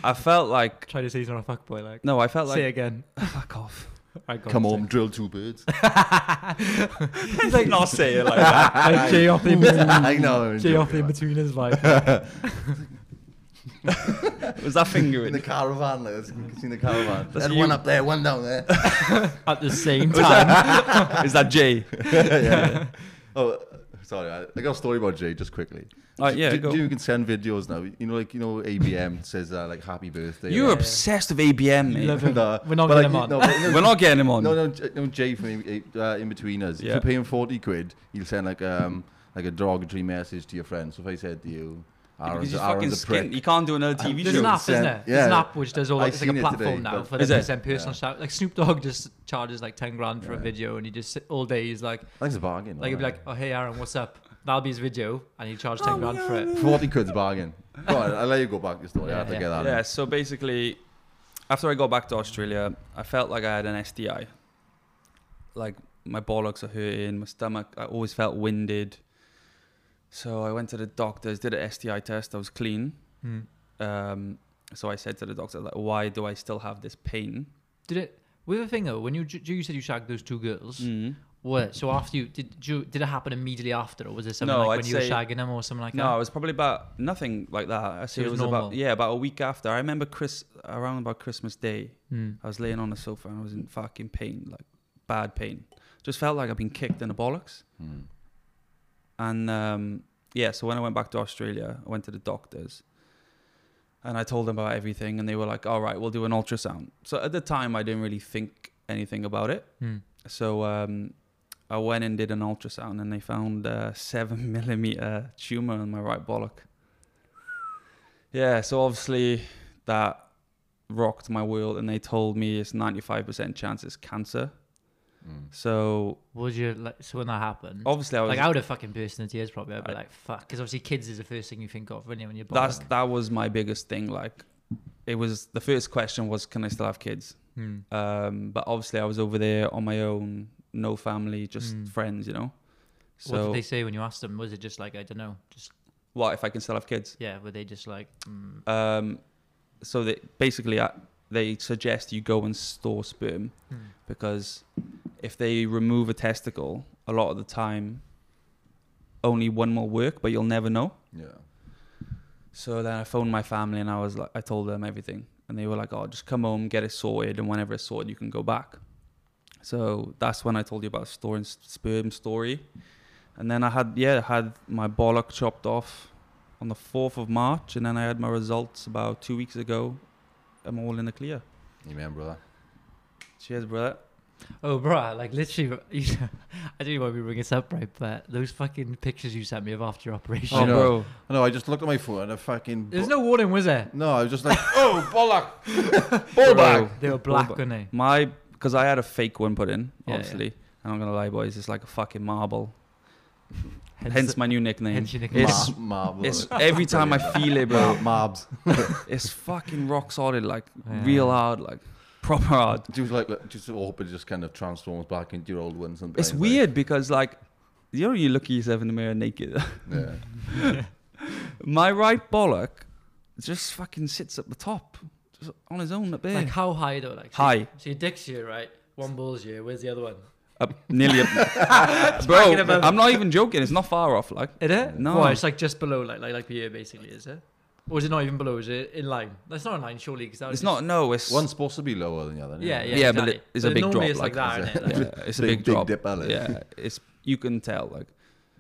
A: I felt like
C: Try to say he's not a fuckboy. Like,
A: no, I felt like
C: say again.
A: fuck off.
C: Right, go
B: Come
C: on,
B: home, drill two birds.
C: say. he's like,
A: not say it like that.
C: like Jay off in between.
B: I know. I'm
C: Jay off
B: joking,
C: in
B: man.
C: between his like.
A: Was that fingering?
B: In the caravan, like, that's- you can see the caravan.
A: That's
B: There's
A: you.
B: one up there, one down there.
C: at the same
A: Was that- Is that Jay?
B: yeah, yeah. Oh, sorry. I, I got a story about Jay just quickly.
A: All right, yeah,
B: do,
A: go.
B: do you can send videos now? You know, like you know, ABM says uh, like happy birthday.
A: You're
C: Yeah.
A: obsessed with ABM, mate.
C: Love
B: No,
C: him. We're not
B: but, like,
C: getting him on.
B: No, but, no,
A: We're not getting him on.
B: no, no, J- no, Jay from uh, uh, in between us. If
A: Yeah.
B: you pay him forty quid, he'll send like um like a derogatory message to your friend. So if I said to you,
A: because
B: Aaron's,
A: he's fucking
B: Aaron's a prick.
A: skint. He can't do another TV
C: There's
A: show.
C: an app, isn't
B: send-
C: there?
B: yeah.
C: There's an app which does all
B: I
C: that. It's like
B: seen
C: a
B: it
C: personal
B: today,
C: now
B: but-
C: for
A: Is
C: them
A: it?
C: to send personal
B: Yeah.
C: shout. Like Snoop Dogg just charges like ten grand for a
B: Yeah.
C: video, and he just sit all day. He's like,
B: That's a bargain.
C: like he'd be like, oh hey Aaron, what's up? That'll be his video, and he charge ten
A: Oh,
C: grand for it.
B: forty quid's a bargain. Go on, I'll let you go back to your story. I
C: Yeah,
B: have to
C: yeah.
B: get that.
A: Yeah, so basically, after I got back to Australia, I felt like I had an STI. Like my bollocks are hurting, my stomach, I always felt winded. So I went to the doctors, did an STI test, I was clean.
C: Hmm.
A: Um, so I said to the doctor, like, why do I still have this pain?
C: Did it? With a thing though, when you ju- you said you shagged those two girls,
A: Mm.
C: what? So after you did, you did it happen immediately after, or was it something
A: No,
C: like
A: I'd
C: when you were
A: say-
C: shagging them or something like
A: No, it was probably about nothing like that. I say
C: It
A: it
C: was
A: was about
C: normal.
A: yeah, about a week after. I remember Chris around about Christmas Day.
C: that? Mm.
A: I was laying on the sofa and I was in fucking pain, like bad pain. Just felt like I'd been kicked in the bollocks.
B: Hmm.
A: And um, yeah, so when I went back to Australia, I went to the doctors and I told them about everything. And they were like, all right, we'll do an ultrasound. So at the time, I didn't really think anything about it.
C: Mm.
A: So um, I went and did an ultrasound and they found a seven millimeter tumor in my right bollock. Yeah, so obviously that rocked my world. And they told me it's 95% chance it's cancer.
B: Hmm.
A: So
C: Was you like so when that happened?
A: obviously Oh, I was
C: like I would have fucking burst into tears probably. I'd be
A: I-
C: like, fuck, because obviously kids is the first thing you think of when you're when you're born.
A: that's that was my biggest thing like it was the first question was can i still have kids
C: Mm.
A: um but obviously i was over there on my own no family just
C: Mm.
A: friends you know
C: what
A: so
C: did they
A: what,
C: say when you asked them? Was it just like I don't know? Just
A: if i can still have kids
C: yeah, were they just like mm,
A: um so they basically uh, they suggest you go and store sperm
C: mm,
A: because if they remove a testicle a lot of the time only one will work but you'll never know
B: Yeah.
A: So then I phoned my family and I was like, I told them everything, and they were like, "Oh, just come home, get it sorted, and whenever it's sorted, you can go back." So that's when I told you about storing s- sperm story, and then I had yeah I had my bollock chopped off on the fourth of March, and then I had my results about two weeks ago. I'm all in the clear.
B: You remember that?
A: Cheers, brother.
C: oh, bruh, like literally, you know, I don't even want to bring this up, right? But those fucking pictures you sent me of after your operation.
B: Oh,
A: Oh,
B: no.
A: bro,
B: No, I just looked at my phone and I fucking.
C: There's no warning, was there?
B: No, I was just like, oh, bollock! Ball bag!
C: They were black,
A: Ball
C: weren't they?
A: my because I had a fake one put in,
C: Yeah, yeah.
A: obviously. I'm not gonna lie, boys, it's like a fucking marble. Hence,
C: the-
A: my new nickname.
C: hence your nickname.
A: It's
B: Mar-
A: It's every time I feel it, bro.
B: Mobs.
A: It's fucking rock solid, like
C: Yeah.
A: real hard, like proper hard.
B: Do you like, like, just hope it just kind of transforms back into your old one sometimes?
A: It's
B: like,
A: weird because like you know you look at yourself in the mirror naked.
B: yeah.
A: My right bollock just fucking sits at the top, just on his own up there.
C: like how high though? Like so-
A: High.
C: So your dick's here, right? One ball's here. Where's the other one?
A: up nearly up. bro,
C: Talking about-
A: I'm not even joking. It's not far off. Like
C: Is it?
A: No.
C: Well, it's like just below, like like like the ear, basically, is it? Or is it not even below? Is it in line? That's not in line, surely, because
A: it's not. No, it's
B: One's supposed to be lower than the other.
C: Yeah, yeah,
A: Yeah, but
C: exactly.
A: it- it's a big
C: normally
A: drop,
C: It's like,
A: like,
C: that, isn't it? Like,
A: Yeah, it's a
B: Big-
A: big,
B: big
A: drop.
B: dip, isn't it?
A: yeah, it's you can tell. Like,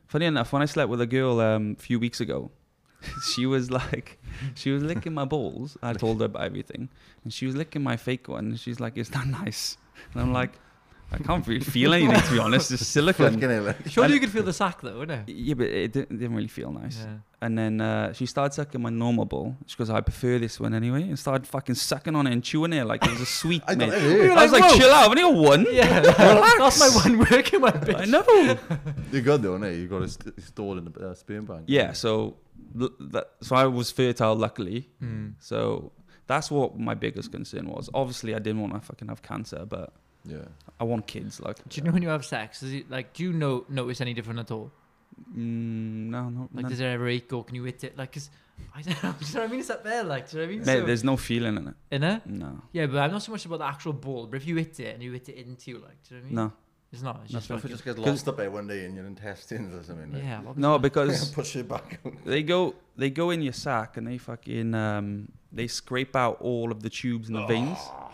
A: funny enough, when I slept with a girl um, a few weeks ago, she was like, she was licking my balls. I told her about everything, and she was licking my fake one. And she's like, "Is that nice?" And I'm like, I I can't really feel anything to be honest. It's silicone.
B: Fucking hell, like.
C: Surely you could feel the sack though, wouldn't it?
A: Yeah, but it didn't, didn't really feel nice.
C: Yeah.
A: And then uh, she started sucking my normal ball. She goes, I prefer this one anyway. And started fucking sucking on it and chewing it like it was a sweet.
B: I
A: mate.
B: don't
A: I
B: know.
A: was like,
C: Whoa.
A: chill out. I've only got one.
C: Yeah, that's my one working one. Bitch.
A: I know.
B: You're good though, innit? You've got it st- stored in the uh, sperm bank.
A: yeah. So l- that, so I was fertile, luckily.
C: Mm.
A: So that's what my biggest concern was. Obviously, I didn't want to fucking have cancer, but
B: Yeah.
A: I want kids. Like,
C: Do you know when you have sex? Is it like? Do you know notice any different at all?
A: Mm, no, no,
C: Like,
A: no.
C: does it ever ache or can you hit it? Like, 'cause I don't know. Do you know what I mean? It's up there, like. Do you know what I mean?
A: Mate,
C: So-
A: there's no feeling in it.
C: Innit?
A: No,
C: Yeah, but I'm not so much about the actual ball. But if you hit it and you hit it into you, like, do you know what I mean?
A: no,
C: it's not. It's
A: No,
C: just
B: So
C: like,
B: if it just gets
A: Cause-
B: lost up there one day in your intestines or something. like,
C: yeah, obviously.
A: no, because
B: Push it back. out.
A: they go they go in your sack and they fucking um they scrape out all of the tubes and the veins.
C: Oh.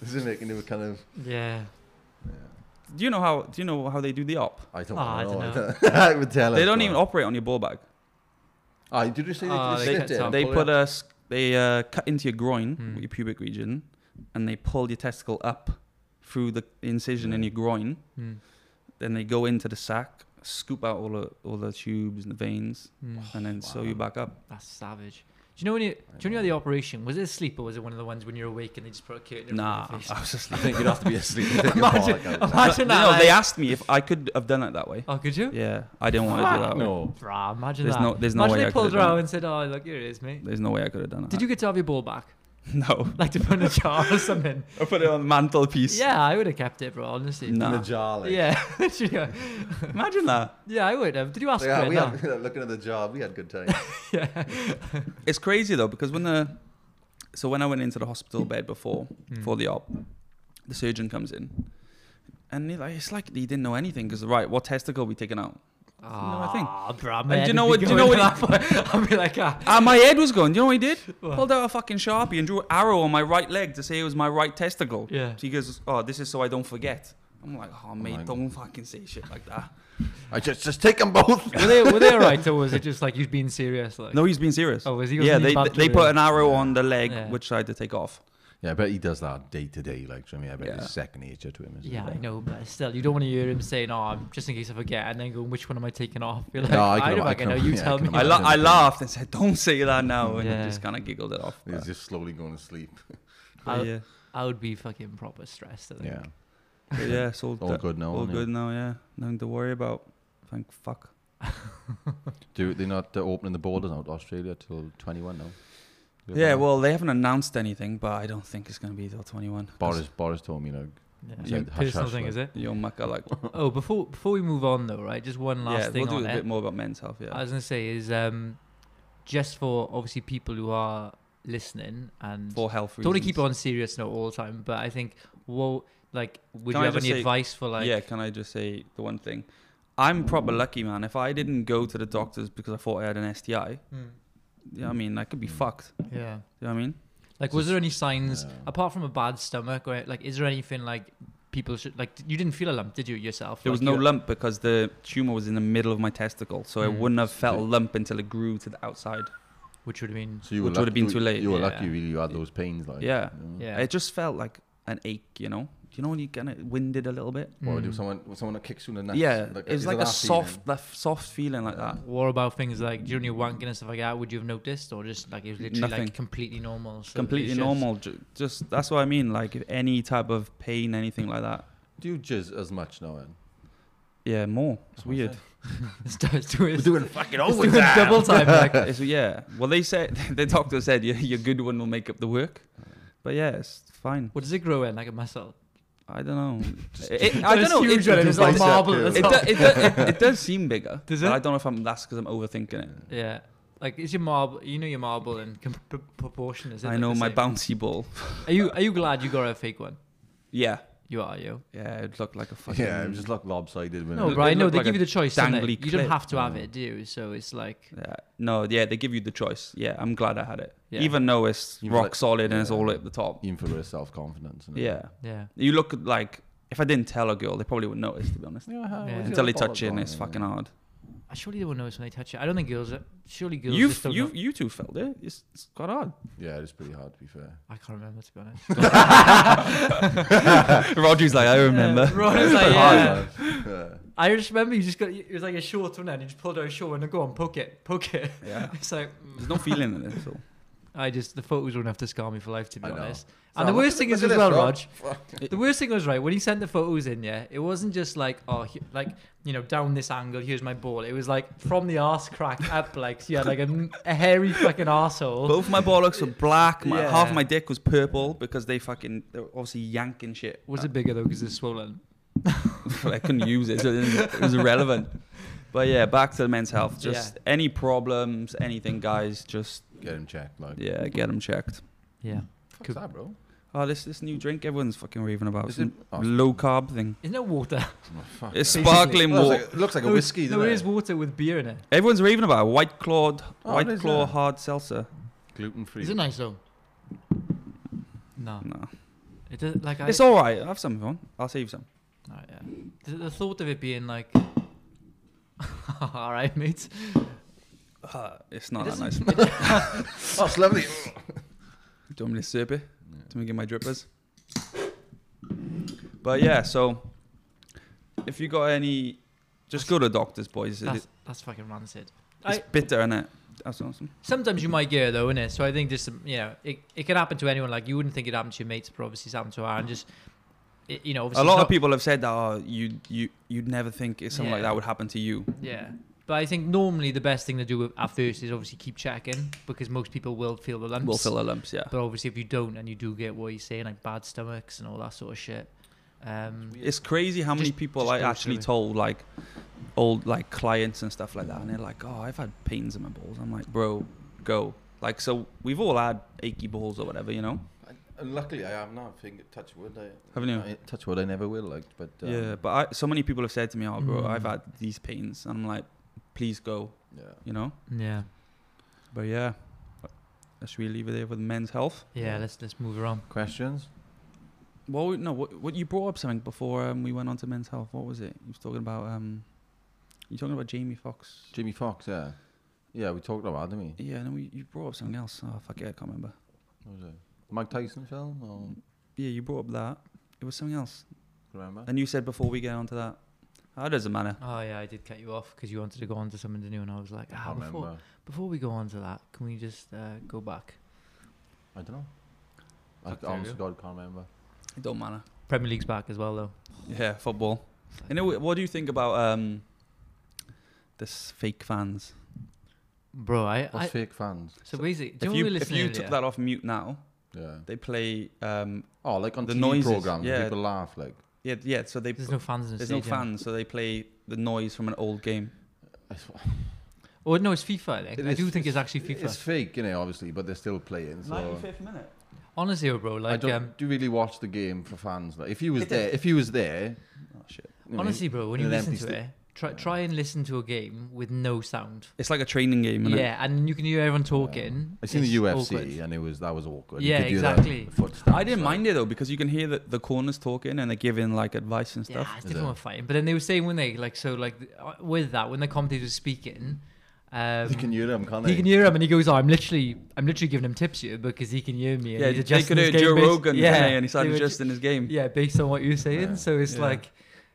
B: This is making it kind of.
C: Yeah,
A: Do you know how do you know how they do the op?
B: I don't
C: Oh, I
B: know.
C: dunno.
B: I would tell
A: They
B: us,
A: don't
B: but-
A: even operate on your ball bag.
B: Ah, did you say they,
C: Ah,
B: they,
C: they
B: slit
C: cut
B: it?
C: some.
B: and
A: They
B: pull
A: put
B: it?
A: a s- they uh, cut into your groin,
C: Hmm.
A: your pubic region, and they pull your testicle up through the incision in your groin.
C: Mm.
A: Then they go into the sack, scoop out all the all the tubes and the veins,
C: Mm.
A: and then sew you
B: Wow.
A: back up.
C: that's savage. Do you know when you? Do you know the operation? Was it a sleep or was it one of the ones when you're awake and they just put a curtain in
A: Nah,
C: front of your
A: I was just
B: I
A: like,
B: think you'd have to be asleep. to take a ball
C: Imagine,
B: like that.
A: no,
C: imagine that.
A: no, they
C: like-
A: asked me if I could have done it that way.
C: Oh, could you?
A: Yeah, I didn't want to do
C: Fuck
A: that. way.
B: No.
C: Bruh, imagine
A: There's
C: that.
A: no- there's no
C: imagine
A: way
C: they
A: I could've
C: pulled her
A: done
C: out
A: it.
C: and said, "Oh, look, here it is, mate."
A: There's no way I could have done it.
C: Did you get to have your ball back,
A: No.
C: like to put in a jar or something?
A: I put it on the mantelpiece.
C: Yeah, I would have kept it, bro. Honestly.
A: No.
B: In
A: Nah.
B: the jar. Like.
C: Yeah. yeah.
A: Imagine that.
C: Yeah, I would have. Did you ask
B: Like,
C: for
B: ah,
C: it?
B: we
C: No.
B: had, looking at the jar, we had good time.
C: yeah.
A: It's crazy though because when the so when I went into the hospital bed before
C: Hmm.
A: for the op, the surgeon comes in. And he like, it's like he didn't know anything because right, what testicle are we taking out? No, I think-
C: Ah, bruh,
A: do
C: man.
A: you know what- do you know
C: I'll be like, ah,
A: Ah, my head was going. Do you know what he did?
C: What?
A: Pulled out a fucking sharpie and drew an arrow on my right leg to say it was my right testicle.
C: Yeah.
A: So he goes, oh, this is so I don't forget. I'm like, oh mate,
B: my
A: don't fucking say shit like that.
B: I just just take them both.
C: were they were they alright, or was it just like you being serious? Like,
A: No, he's being serious.
C: Oh, was he- was
A: Yeah,
C: he
A: they
C: bad
A: they
C: to
A: put
C: you?
A: an arrow on the leg
C: Yeah.
A: which I had to take off.
B: Yeah, I bet he does that day to day. Like, do you know what I mean, I bet
A: Yeah.
B: it's second nature to him. Isn't
C: Yeah, I
B: it?
C: know, but still, you don't want to hear him saying, "Oh, I'm- just in case I forget," and then going, "Which one am I taking off?" You're like,
B: No, I
C: I,
B: can-
C: don't
B: I
C: fucking know.
B: can-
C: You
B: yeah, I
C: tell
B: can
C: me.
A: I,
B: Yeah,
A: la-
B: I
A: I
B: know.
A: laughed and said, "Don't say that now," and I
C: Yeah.
A: just kind of giggled it off.
B: He's
A: But,
B: just slowly going to sleep.
A: but
C: I'll-
A: yeah,
C: I would be fucking proper stressed. I think.
B: Yeah.
A: but yeah, it's all,
B: All
A: do-
B: good now.
A: all
B: isn't it?
A: good now. Yeah, nothing to worry about. Thank fuck.
B: Do they're not uh, opening the borders now to Australia till 21 now? Is
A: yeah,
B: that right?
A: well, they haven't announced anything, but I don't think it's gonna be till twenty-one. 'cause
B: Boris Boris told me like
C: Yeah.
B: Yeah,
C: Your
B: hush,
C: personal
B: hush,
C: thing,
B: like-
C: is it?
A: Yo, mucker, like,
C: Oh, before before we move on though, right? Just one last
A: yeah,
C: thing
A: we'll do
C: on
A: a
C: it.
A: bit more about men's health.
C: I
A: Yeah,
C: was gonna say is um, just for obviously people who are listening and
A: for health reasons.
C: don't want to keep on serious note all the time, but I think well, like, would
A: Can
C: you
A: I
C: have
A: just
C: any
A: say-
C: advice for like?
A: yeah, can I just say the one thing? I'm proper lucky, man. If I didn't go to the doctors because I thought I had an STI,
C: Hmm.
A: yeah, I mean, I could be
B: Mm.
A: fucked.
C: yeah.
A: You know what I mean?
C: Like, was there any signs
B: Yeah.
C: apart from a bad stomach, or like, is there anything like people should like? You didn't feel a lump, did you yourself?
A: There
C: Like,
A: was no
C: you-
A: lump because the tumor was in the middle of my testicle, so I
C: Mm.
A: wouldn't have felt a lump until it grew to the outside.
C: which would have been
B: So you
A: Which would've
B: lucky-
A: been too late,
B: You were
C: yeah.
B: lucky, really. You had those pains, like
A: Yeah.
B: you know?
C: yeah.
A: It just felt like an ache, you know. Do you know when you kind of winded a little bit?
B: Or do
C: Mm.
B: someone was someone that kicks you in the nuts?
A: Yeah,
B: Like,
A: it was
B: is
A: like
B: it
A: a
B: that
A: soft, that f- soft feeling like that.
C: What about things like during your wanking and stuff like that? Would you have noticed, or just like it was literally
A: Nothing.
C: like completely normal? so it's
A: Completely
C: just-
A: normal. ju- Just that's what I mean. Like if any type of pain, anything like that.
B: feeling? Do you jizz as much now? Then?
A: Yeah, more. It's
B: Oh,
A: weird.
C: It's do- it's doing-
B: We're doing fucking
C: it's
B: over
C: doing double time. Like,
A: It's- yeah. Well, they said the doctor said your, your good one will make up the work, but yeah, it's fine.
C: what does it grow in? Like a muscle?
A: I don't know.
B: Just-
A: It-
C: But
A: I don't
C: it's
A: know.
C: huge
A: It,
C: one and
B: it's
C: it's like
B: bicep
C: marble.
B: curl.
C: that's
A: it,
C: all.
A: do, it, do, it, it does seem bigger.
C: Does
A: but
C: it?
A: I don't know if I'm that's because I'm overthinking it.
C: Yeah. Like is your marble? You know your marble and com- p- proportion is. It,
A: I
C: like,
A: know
C: the
A: my
C: same?
A: bouncy ball.
C: Are you are you glad you got a fake one?
A: Yeah.
C: You are you.
A: Yeah, it looked like a fucking.
B: Yeah, it was just like lopsided. wasn't
C: No,
B: it?
A: it
C: but I know
A: looked
C: they
A: like
C: give
A: a
C: you the choice. don't they?
A: dangly
C: You don't
A: clip.
C: have to have
B: Yeah.
C: it, do you? So it's like
A: Yeah. No, yeah, they give you the choice. Yeah, I'm glad I had it.
C: Yeah.
A: Even though it's
B: You
A: rock
B: like-
A: solid and it's
B: yeah.
A: all at the top.
B: Even for her self confidence.
A: Yeah.
C: yeah.
A: You look at, like, if I didn't tell a girl, they probably wouldn't notice, to be honest.
B: Yeah, how-
C: Yeah.
B: where's the
A: Until they
B: other
A: touch it and
B: bottle
A: it's
B: gone,
A: fucking hard.
C: I surely they will notice when they touch it. I don't think girls. are- Surely girls.
A: you
C: just don't
A: you
C: know-
A: you two felt it. It's, it's quite hard.
B: Yeah, it's pretty hard to be fair.
C: I can't remember to be honest.
A: Roger's like, I remember.
C: Yeah, Roger's like,
B: Hard,
C: yeah.
B: man. Yeah.
C: I just remember you just got it was like a short one and you just pulled out a short one and go on poke it, poke it.
A: yeah.
C: It's like mm.
A: There's no feeling in it. So
C: I just the photos wouldn't have to scar me for life to be
B: I know.
C: honest.
B: So
C: and the
B: look
C: worst
B: at-
C: thing
B: look
C: is
B: at
C: as
B: this,
C: well,
B: Rob.
C: Rog. The worst thing was right when he sent the photos in. Yeah, it wasn't just like oh he- like you know down this angle here's my ball. It was like from the arse crack up like so you had like a, m- a hairy fucking asshole.
A: both my bollocks were black. My, Half
C: Yeah.
A: my dick was purple because they fucking they were obviously yanking shit.
C: Was it bigger though because it's swollen?
A: I couldn't use it, so it was- it was irrelevant. But yeah, back to the men's health. Just any problems, anything, guys. Just
B: Get him checked, like.
A: yeah, get them checked.
C: Yeah.
B: Fuck's that, bro?
A: Oh, this this new drink everyone's fucking raving about.
B: Is
A: some
B: it- oh,
A: low carb thing.
C: Isn't that water?
B: oh, fuck.
A: It's
C: Basically-
A: sparkling
B: Well,
A: water.
B: it's like- it looks like a
C: No,
B: whiskey,
C: No,
B: doesn't
C: it is water with beer in it.
A: Everyone's raving about it. White Claw,
B: Oh,
A: White
B: it is,
A: Claw
B: yeah.
A: hard seltzer.
B: Gluten free.
C: Is it nice though? No.
A: No,
C: It does, like I,
A: it's all right. I'll have some if you want. I'll save some.
C: Oh, yeah. The, the thought of it being like, all right, mate.
A: Uh, it's not
C: It
A: that nice.
B: Oh, it's lovely.
A: Do you want me to sip it? Do you want me to get my drippers? But yeah, so if you got any, just go to doctors, boys. It-
C: That's, that's fucking rancid.
A: it's
C: I-
A: bitter, is it? That's awesome.
C: Sometimes you might get it though, innit? So I think just um, you know, it, it can happen to anyone. Like you wouldn't think it happened to your mates, but obviously it's happened to her. And just it, you know, obviously
A: A
C: it's
A: lot
C: not-
A: of people have said that oh, you you you'd never think it's something like
C: Yeah.
A: that would happen to you.
C: Yeah. But I think normally the best thing to do at first is obviously keep checking because most people will feel the lumps.
A: We'll fill the lumps, yeah.
C: But obviously, if you don't and you do get what you're saying, like bad stomachs and all that sort of shit. Um,
A: It's crazy how many
C: Just-
A: people
C: just
A: I
C: go
A: actually
C: through it.
A: told like old like clients and stuff like that, and they're like, "Oh, I've had pains in my balls." I'm like, "Bro, go." Like, so we've all had achy balls or whatever, you know.
B: And luckily, I have not. Finger touch wood. I,
A: Haven't you?
B: I- touch wood. I never will. Like, but um,
A: Yeah, but I, so many people have said to me, "Oh, bro, I've
C: Mm.
A: had these pains," and I'm like, "Please go,"
B: yeah.
A: you know.
C: yeah.
A: But yeah, should we leave it there with men's health?
C: Yeah. Let's let's move around.
B: Questions?
A: Well, we- no, what, what you brought up something before um, we went on to men's health. What was it? You was talking about um, you talking about Jamie Fox.
B: Jimmy Fox. Yeah. Yeah, we talked about, that, didn't we?
A: Yeah, no, we, you brought up something else. Oh fuck it, I can't remember.
B: What was it? Mike Tyson film? Or
A: Yeah, you brought up that. It was something else.
B: remember?
A: And you said before we get on to that, oh, it doesn't matter.
C: Oh yeah, I did cut you off because you wanted to go on to something new, and I was like,
B: I
C: ah,
B: can't
C: before,
B: remember.
C: before we go on to that, can we just uh, go back?
B: I don't know. I
C: Fuck, there
B: honest
C: you
B: to God can't remember.
A: It don't matter.
C: Premier League's back as well, though.
A: Yeah, football. And it, what do you think about um, this fake fans?
C: Bro, I,
B: What's
C: I
B: fake fans?
C: so basically, do
A: if
C: you,
A: you,
C: know what we were
A: if
C: listening
A: you
C: earlier?
A: took that off mute now,
B: Yeah.
A: they play. Um,
B: Oh, like on
A: The
B: TV
A: noises,
B: programs,
A: yeah.
B: people laugh. Like,
A: yeah, yeah. So they
C: There's no fans in the
A: there's no
C: stadium.
A: fans, so they play the noise from an old game.
C: Or no, it's FIFA. I, think.
B: It
C: I
B: is-
C: do think it's actually FIFA.
B: It's fake, you know, obviously, but they're still playing. So
A: minute.
C: Honestly, though, bro,
B: I
C: like,
B: don't
C: um,
B: do you really watch the game for fans. Like, if you was
A: It does-
B: there, if you was there,
A: Oh shit!
B: you know,
C: honestly, bro, when
B: in
C: you
B: an
C: listen
B: empty
C: to it, try try and listen to a game with no sound.
A: It's like a training game, is
C: Yeah, and you can hear everyone talking.
B: I seen
C: It's
B: the UFC
C: awkward.
B: and it was that was awkward.
C: Yeah,
B: you could hear the-
C: exactly.
B: the footsteps,
A: I didn't
B: like-
A: mind it though because you can hear the, the corners talking and they're giving like advice and stuff.
C: Yeah, it's
B: Is
C: different
B: it?
C: with fighting. But then they were saying when they like so like th- uh, with that when the commentators were speaking, um,
B: You can hear them, can't
C: he
B: they?
C: can hear him and he goes, oh, I'm literally I'm literally giving him tips here because he can hear me. And
A: Yeah,
C: he's
A: they
C: adjusting
A: could hear
C: his game
A: Joe
C: based-
A: Rogan, yeah, and he
C: they
A: started
C: were ju-
A: adjusting his game.
C: Yeah, based on what you're saying.
B: Yeah.
C: So it's
A: Yeah.
C: like,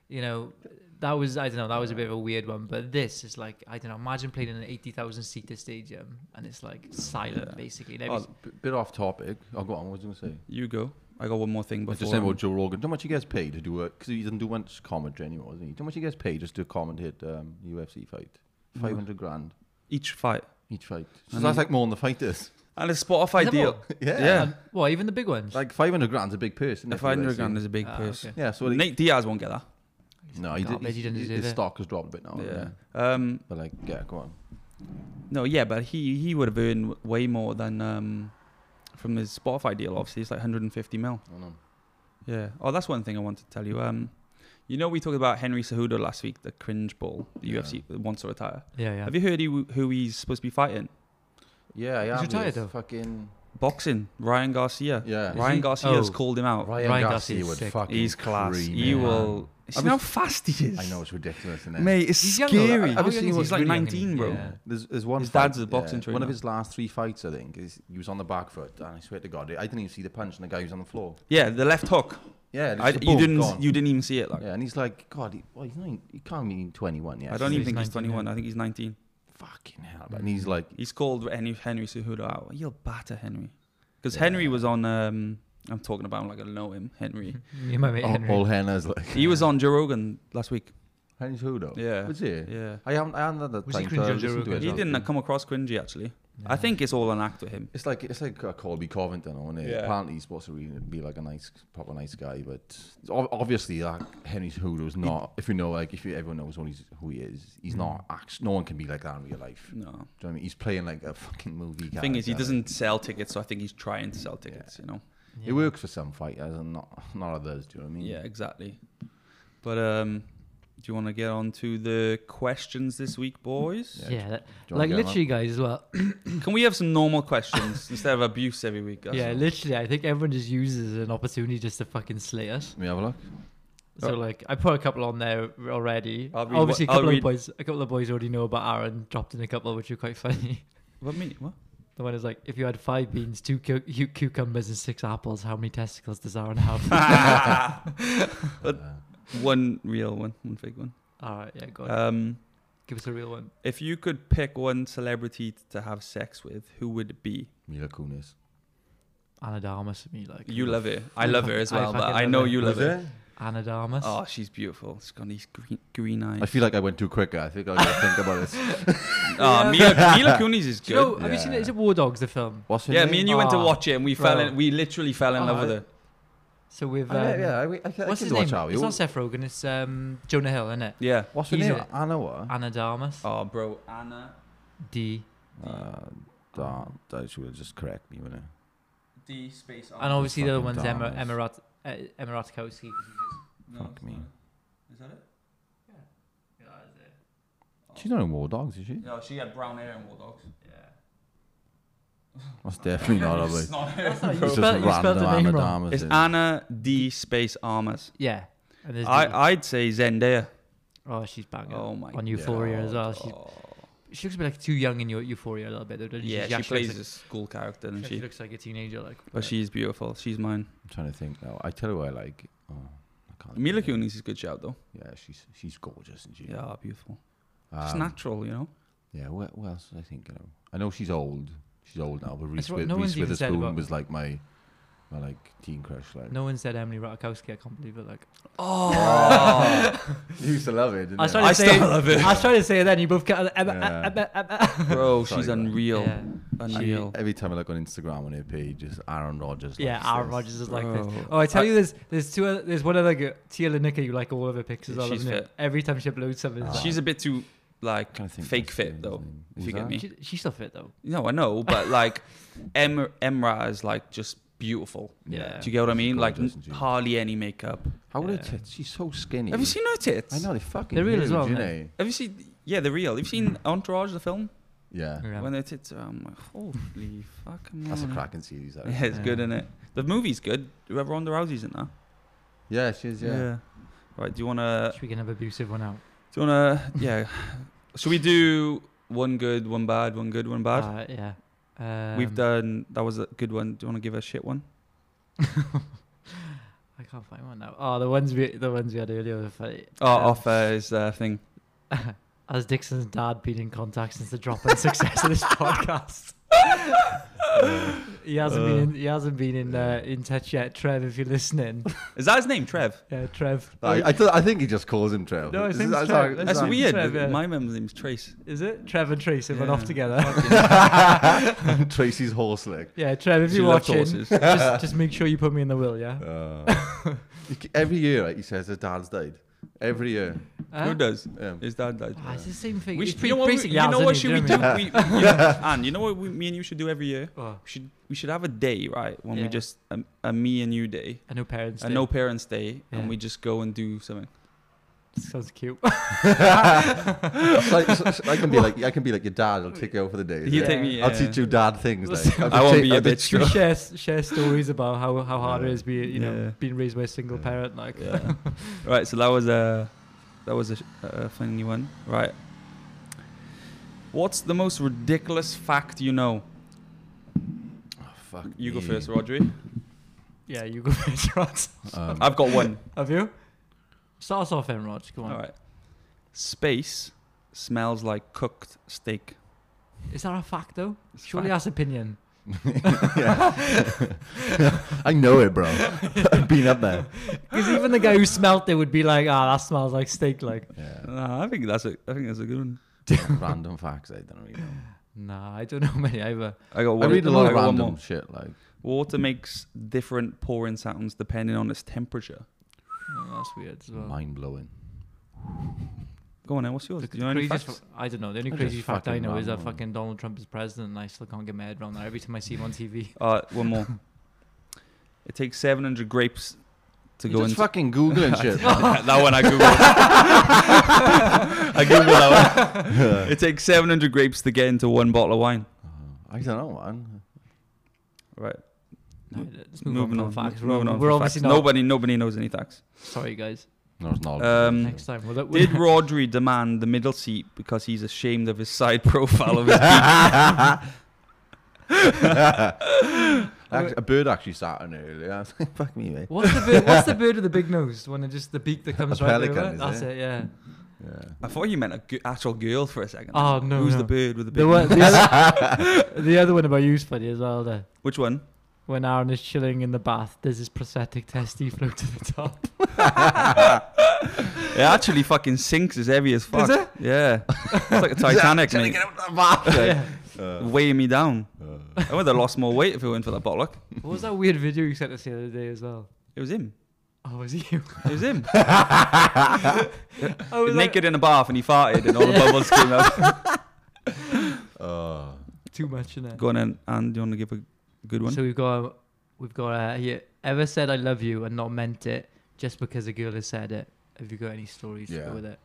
C: you know, that was I don't know, that was a bit of a weird one. But this is like I don't know, imagine playing in an eighty thousand seater stadium and it's like silent
A: Yeah.
C: basically. And
B: Oh,
C: every-
B: b- bit off topic. Oh, go on. What was I going to say?
A: You go. I got one more thing
B: I
A: before.
B: just saying
A: um,
B: about Joe Rogan. How much he gets paid to do it? Because he doesn't do much commentary anymore, does he? How much he gets paid just to commentate um, UFC fight? Five hundred grand
A: each fight
B: each fight. So
A: And
B: that's
A: he-
B: like more than the fighters.
A: and a
C: Is
A: Spotify
C: that
A: deal.
C: all?
B: yeah.
A: Yeah.
C: And- what even the big ones?
B: Like five hundred grand's a big purse. isn't it,
A: If
B: for
A: I
B: the UFC?
A: underground is a big
C: Ah,
A: purse.
C: okay.
B: Yeah. So he-
A: Nate Diaz won't get that.
B: no, he did,
C: Garbage, he Oh, didn't
B: his,
C: deserve
B: his
C: it.
B: stock has dropped a bit
C: Oh,
B: now.
A: yeah. Um.
B: But like, yeah, go on.
A: No, yeah, but he he would have earned w- way more than um, from his Spotify deal. Obviously, it's like 150 mil.
B: I know.
A: Yeah. Oh, that's one thing I want to tell you. Um, you know, we talked about Henry Cejudo last week, the cringe ball, the
B: Yeah.
A: UFC that wants to retire.
C: yeah, yeah.
A: Have you heard he, who he's supposed to be fighting?
B: Yeah, I
C: He's
B: am.
C: retired
B: with
C: though.
B: Fucking
A: boxing, Ryan Garcia.
B: Yeah.
C: Is
A: Ryan
C: he?
A: Garcia has
C: Oh.
A: called him out.
B: Ryan,
C: Ryan
B: Garcia
C: Garcia's
B: would
C: sick.
B: fucking
A: He's class.
B: cream
A: You
B: it.
A: will. See
B: I
A: how
B: was-
A: fast he is.
B: I know it's ridiculous, isn't it?
A: Mate, it's
C: He's young though.
A: scary.
C: How young is he?
A: He's like
C: Really young,
A: 19, bro.
B: Yeah. There's, there's one.
A: His dad's
B: fight-
A: a boxing
B: One
A: trainer.
B: of his last three fights, I think, is he was on the back foot, and I swear to God, I didn't even see the punch, and the guy was on the floor.
A: Yeah, the left hook.
B: Yeah,
A: I,
B: just a
A: you
B: boom,
A: didn't.
B: gone.
A: You didn't even see it. Like,
B: Yeah, and he's like, God, he, well, he's not, even- he can't be 21 yet.
A: I don't
C: he's
A: even think he's
C: 19,
A: 21. I think he's 19.
B: Fucking hell! And he's like,
A: He's called Henry Henry Cejudo out. You'll batter Henry, because
B: Yeah.
A: Henry was on. Um, I'm talking about him like I know him. Henry.
C: You my mate
B: all,
C: Henry.
B: all Hannah's like,
A: He was on Joe Rogan last week.
B: Henry's who though?
A: Yeah.
B: was he?
A: Yeah.
B: I haven't, I haven't had the
C: Was he
B: time
C: cringe
B: to
C: on Joe
B: listen to
C: Rogan?
B: it.
A: He
C: Yeah.
A: didn't come across cringy actually. I
C: Yeah.
A: think it's all an act with him.
B: It's like it's like uh, Colby Covington, on it.
A: Yeah.
B: Apparently, he's supposed to really be like a nice, proper nice guy, but it's ob- obviously, like Henry's Hudo's not. If you know, like, if you, everyone knows what he's, who he is,
A: Hmm.
B: he's not. Act- no one can be like that in real life. Do you
A: No.
B: know what I mean? He's playing like a fucking movie.
A: The thing is, he
B: character.
A: doesn't sell tickets, so I think he's trying to sell tickets. You know.
C: Yeah.
B: It works for some fighters and not not others. Do you know what I mean?
A: Yeah, exactly. But um, do you want to get on to the questions this week, boys?
B: Yeah.
C: Yeah, that,
B: Do you wanna
C: like
B: get on that?
C: literally, guys, as well.
A: Can we have some normal questions instead of abuse every week? Guys?
C: Mm-hmm. yeah, literally, I think everyone just uses an opportunity just to fucking slay us.
B: Let me have a look.
C: So
A: Oh.
C: like, I put a couple on there already.
A: I'll read what-
C: Obviously, a
A: I'll
C: couple
A: read-
C: of boys, a couple of boys already know about Aaron. Dropped in a couple which are quite funny.
A: What mean? What?
C: The one is like, if you had five beans, two cu- cu- cucumbers, and six apples, how many testicles does Aaron
B: Ah.
C: have?
A: one real one, one fake one.
C: All right, yeah, go
B: Uh,
C: on.
A: Um,
C: Give us a real one.
A: if you could pick one celebrity to have sex with, who would it be?
B: Mila Kunis.
C: Anadarmus for me, like
A: You love her. I
C: I
A: love
C: fuck-
A: her as
C: I
A: well, but
C: fucking
A: I
C: love
A: know
C: her.
A: you love her.
C: Anadarmus.
B: Ah,
A: Oh, she's beautiful. She's got these green, green eyes.
B: I feel like I went too quick. I think I gotta think about this.
A: Oh, Mila, Mila Kunis is
C: Do
A: good.
C: you know, have you seen
B: Yeah.
C: it? Is it War Dogs the film?
B: What's her
A: yeah,
B: name?
A: me and you went to
C: Ah,
A: watch it, and we fell
C: bro.
A: in. We literally fell in
C: Oh,
A: love with
C: I-
A: her.
C: So with
B: I
C: um,
B: know, yeah, I, I, I
C: what's
B: can
C: his name?
B: watch out.
C: It's not Seth Rogen. It's um, Jonah Hill, isn't it?
A: Yeah.
B: What's her
C: He's
B: name?
C: a-
B: Anawa.
C: Anadarmus.
B: Ah.
A: Oh, bro, Anna
C: D.
B: Uh, that, that she will just correct me, wouldn't it?
A: D space.
C: And obviously the other one's
B: fucking
C: Emma
B: Darmus.
C: Emirat uh, Emiratkowski.
B: Fuck it's me. not
A: Is that it?
B: She's not in War Dogs, is she?
A: No, Oh. she had brown hair and War Dogs.
B: That's definitely not of it.
A: not
C: That's not- you
B: It's just
C: spelled- you spelled
B: random
C: the name wrong.
B: Anadamas.
A: It's
B: in.
A: Anna D space armors.
C: Yeah. And there's D.
A: I I'd say Zendaya.
C: oh, she's banging.
A: Oh my
C: On Euphoria as well.
A: God. Oh.
C: She, she looks a bit like too young in Eu- Euphoria a little bit, though, doesn't
A: yeah,
C: she?
A: she
C: actually
A: plays
C: looks
A: a school character,
C: like,
A: doesn't
C: she
A: she?
C: looks like a teenager, like.
A: But she's beautiful. She's mine.
B: I'm trying to think now. I tell you what I like. Oh, I can't.
A: Mila
B: think.
A: Kunis is a good shout though.
B: Yeah, she's she's gorgeous, isn't she?
A: Yeah, beautiful. She's
B: Um,
A: natural, you know.
B: Yeah. What, what else was I thinking of? I know she's old. She's old now. But Reese,
C: what-
B: With,
C: no one's
B: Reese
C: even said
B: Witherspoon
C: about-
B: was like my my like teen crush. Like
C: No one said Emily Ratajkowski. I can't believe it. Like
A: Oh,
B: you used to love it. Didn't
C: I was
B: you?
C: trying to
A: I
C: say,
A: still love it.
C: I was trying to say it then. You both got.
B: Yeah.
A: bro,
B: Sorry,
A: she's
B: bro.
A: unreal,
C: Yeah.
A: unreal.
B: Every time I look on Instagram on her page, just Aaron Rodgers. like
C: Yeah, Aaron
B: this.
C: Rodgers is like
A: Bro.
C: this. Oh, I tell
A: I-
C: you, there's there's two other, there's one other girl, Tia Lanica. You like all of her pics as
A: Yeah,
C: well.
A: she's
C: isn't it?
A: fit.
C: Every time she uploads something, it's
B: Ah.
A: She's a bit too like
B: Kinda think
A: fake
B: that's
A: fit
B: his
A: though.
B: name.
A: if
B: Who's
A: you get
B: that?
A: me.
C: like, she, she's still fit though.
A: No, I know, but like em- Emra is like just beautiful.
C: Yeah.
A: Do you get what I
B: She's
A: mean? Like
B: gorgeous, isn't she?
A: hardly any makeup.
B: How would
C: Yeah.
B: her tits? She's so skinny.
A: Have you seen her tits?
B: I know they're fucking.
C: They're real
B: huge,
C: as well,
B: You
C: aren't
B: know.
A: Have you seen? Yeah, the real. Have you
B: Mm.
A: seen Entourage, the film?
B: Yeah.
C: Yeah.
A: When their tits are, I'm like, holy fuck! I'm
B: That's a
A: on.
B: cracking series. That
A: Yeah,
B: is.
A: it's good, is it? The movie's good. Whoever Ronda Rousey's in that.
B: yeah, she is. Yeah.
A: Right. Do you wanna?
C: Should we can have abusive one out.
A: Do you wanna? Yeah. Should we do one good, one bad, one good, one bad?
C: Uh, yeah. Um,
A: We've done. That was a good one. Do you wanna give a shit one?
C: I can't find one now. Oh, the ones we the ones we had earlier were funny.
A: Oh, off uh, his uh, thing.
C: Has Dixon's dad been in contact since the drop and success of this podcast? he hasn't been. In, he hasn't been in uh, in touch yet, Trev. If you're listening,
A: Is that his name, Trev?
C: yeah, Trev.
B: I, I, th- I think he just calls him Trail.
C: No, his name's
B: that's
C: Trail.
B: how-
C: That's
A: That's
C: Trev,
A: weird.
C: Trev, yeah.
A: My mem's name's Trace.
C: Is it Trev and Tracy went off
A: Yeah.
C: together?
B: Fucking- Tracy's horse leg.
C: yeah, Trev. If
A: She
C: you're
A: loved
C: watching,
A: horses.
C: just, just make sure you put me in the will, yeah.
B: Uh, he c- every year, right, he says his dad's died. Every year.
A: Who
C: Huh?
A: does?
B: Um,
A: His dad died.
C: Ah, it's the same thing.
A: We
C: It's
A: should,
C: pre-
A: you know what, we,
C: basically
A: you know
C: ours,
A: what
C: isn't
A: should we
C: it?
A: do?
C: you know
A: We, you know, Anne, you know what we, me and you should do every year?
C: what I mean? Oh,
A: We should we should have a day, right? When we
C: Yeah.
A: just um, a, a me and you day,
C: I know parents.
A: a
C: do.
A: no parents day,
C: Yeah.
A: and we just go and do something.
C: Sounds cute.
B: It's like, it's- it's- I can be like I can be like your dad. I'll take you out for the day.
A: You
B: like,
A: take me.
B: I'll
A: yeah.
B: teach you dad things. Like,
A: I won't
B: take-
A: be a
B: I'll
A: bitch,
B: teach
A: though.
B: you-
C: we share share stories about how, how hard it
B: Yeah.
C: is being you know
A: Yeah.
C: being raised by a single
B: Yeah.
C: parent. Like
A: Yeah. right. So that was a that was a, sh- a funny one. Right. What's the most ridiculous fact you know?
B: Oh, fuck
A: You go
B: me.
A: first, Rodri.
C: yeah, you go first, Rod.
B: Um,
A: I've got one.
C: Have you? Start us off, then, Rod. Come on.
A: All right. Space smells like cooked steak.
C: Is that a fact though?
A: It's
C: Surely
A: fact.
C: that's opinion.
B: Yeah. I know it, bro. I've been up there.
C: Because even the guy who smelt it would be like, ah, that smells like steak. Like,
B: Yeah.
A: Nah, I think that's a I think that's a good one.
B: random facts. eh, I don't really know.
C: nah, I don't know many either.
A: I got
B: I
A: one.
B: read a lot
A: I
B: of
A: got one
B: random
A: more.
B: shit. Like
A: Water makes different pouring sounds depending on its temperature.
C: Oh, that's weird as well.
B: mind blowing.
A: Go on, then. What's yours?
C: The
A: Do you know any
C: craziest
A: facts?
C: fa- I don't know. The only
B: I just
C: crazy fact I
B: fucking
C: know is that
B: ramble.
C: fucking Donald Trump is president, and I still can't get my head around that. Every time I see him on TV,
A: Uh, one more. it takes 700 grapes to
B: You
A: go
B: just
A: into.
B: fucking Google and shit.
A: that one I googled. I googled that one. It takes 700 grapes to get into one bottle of wine.
B: Oh, I don't know, man.
A: Right.
C: no, let's move on. From facts. We're,
A: Moving on.
C: we're
A: from
C: obviously
A: facts.
C: not.
A: Nobody, nobody knows any facts.
C: Sorry, guys.
B: No, it's not.
A: Um,
C: Next time, we'll, we'll,
A: Did Rodri demand the middle seat because he's ashamed of his side profile of his
B: Act- a bird actually sat on it earlier. I was like, fuck me, mate.
C: What's the bird? What's the bird with the big nose? The One that just the beak that comes
B: A
C: right
B: pelican,
C: over. it?
B: is
C: That's
B: it?
C: it. Yeah.
B: Yeah.
A: I thought you meant a g- actual girl for a second.
C: Oh, no,
A: Who's
C: no.
A: the bird with the big?
C: The one,
A: nose?
C: the, other, the other one about you is funny as well. There,
A: Which one?
C: when Aaron is chilling in the bath, there's his prosthetic testy float to the top.
A: It actually fucking sinks. It's heavy as fuck.
C: it?
A: Yeah. It's like a Titanic,
B: Trying to
A: mate.
B: get out of the bath.
C: yeah.
A: Weighing me down.
B: Uh,
A: I would have lost more weight if it went for that bollock.
C: What was that weird video you sent us the other day as well?
A: It was him.
C: Oh, was it you? Oh,
A: It was him.
C: I was like,
A: Naked in a bath and he farted and all the bubbles came out.
B: uh,
C: too much in it.
A: Go on, and, and do you want to give a good one?
C: So we've got we've got uh, here. Ever said I love you and not meant it just because a girl has said it? Have you got any stories to
B: Yeah.
C: go with it?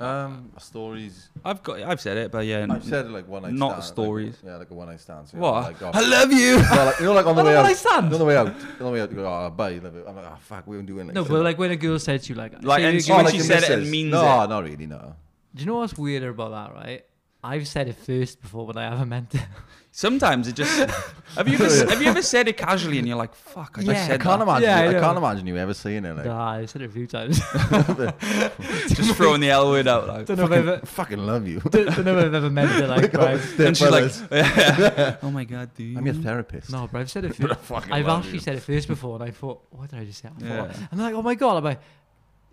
B: um, stories.
A: I've got, I've said it, but yeah.
B: I've said it like one night.
A: Not
B: stand,
A: stories.
B: Like, yeah, like a one night stand. So
A: What?
B: Like, oh,
A: I love you.
B: yeah, like, you know, like on the
C: I
B: way
C: don't
B: out.
C: know, I stand.
B: On the way out. On the way out. You go, oh, bye. you Love it. I'm like, oh, fuck. We were doing it. Oh,
C: No, but like when a girl said to you, like,
A: Like,
C: say
A: and
C: you-
A: she- when
C: like
A: she
C: you
B: your
A: said it and
B: missus.
A: means
B: no, not really. No.
C: Do you know what's weirder about that, right? I've said it first before, but I haven't meant it.
A: Sometimes it just. Have you ever, s- have you ever said it casually and you're like, fuck, I
C: Yeah.
A: just
B: I
A: said
B: can't
A: that.
B: imagine.
C: Yeah, I
B: you, I,
C: know.
B: can't imagine you ever seeing it. Like,
C: Nah, I've said it a few times.
A: Just throwing the L word out. Like,
C: don't, know if I've
B: I
C: ever,
B: fucking love you.
C: don't, don't know if I've ever meant it.
B: Oh
C: Like, bro, I've-
A: and she's like, oh my god, do you?
B: I'm your therapist.
C: no, bro, I've said it first.
B: fucking
C: I've
B: love
C: actually
B: you.
C: said it first before, and I thought, what did I just say? I
A: Yeah.
C: thought, I'm like, oh my god, I'm like,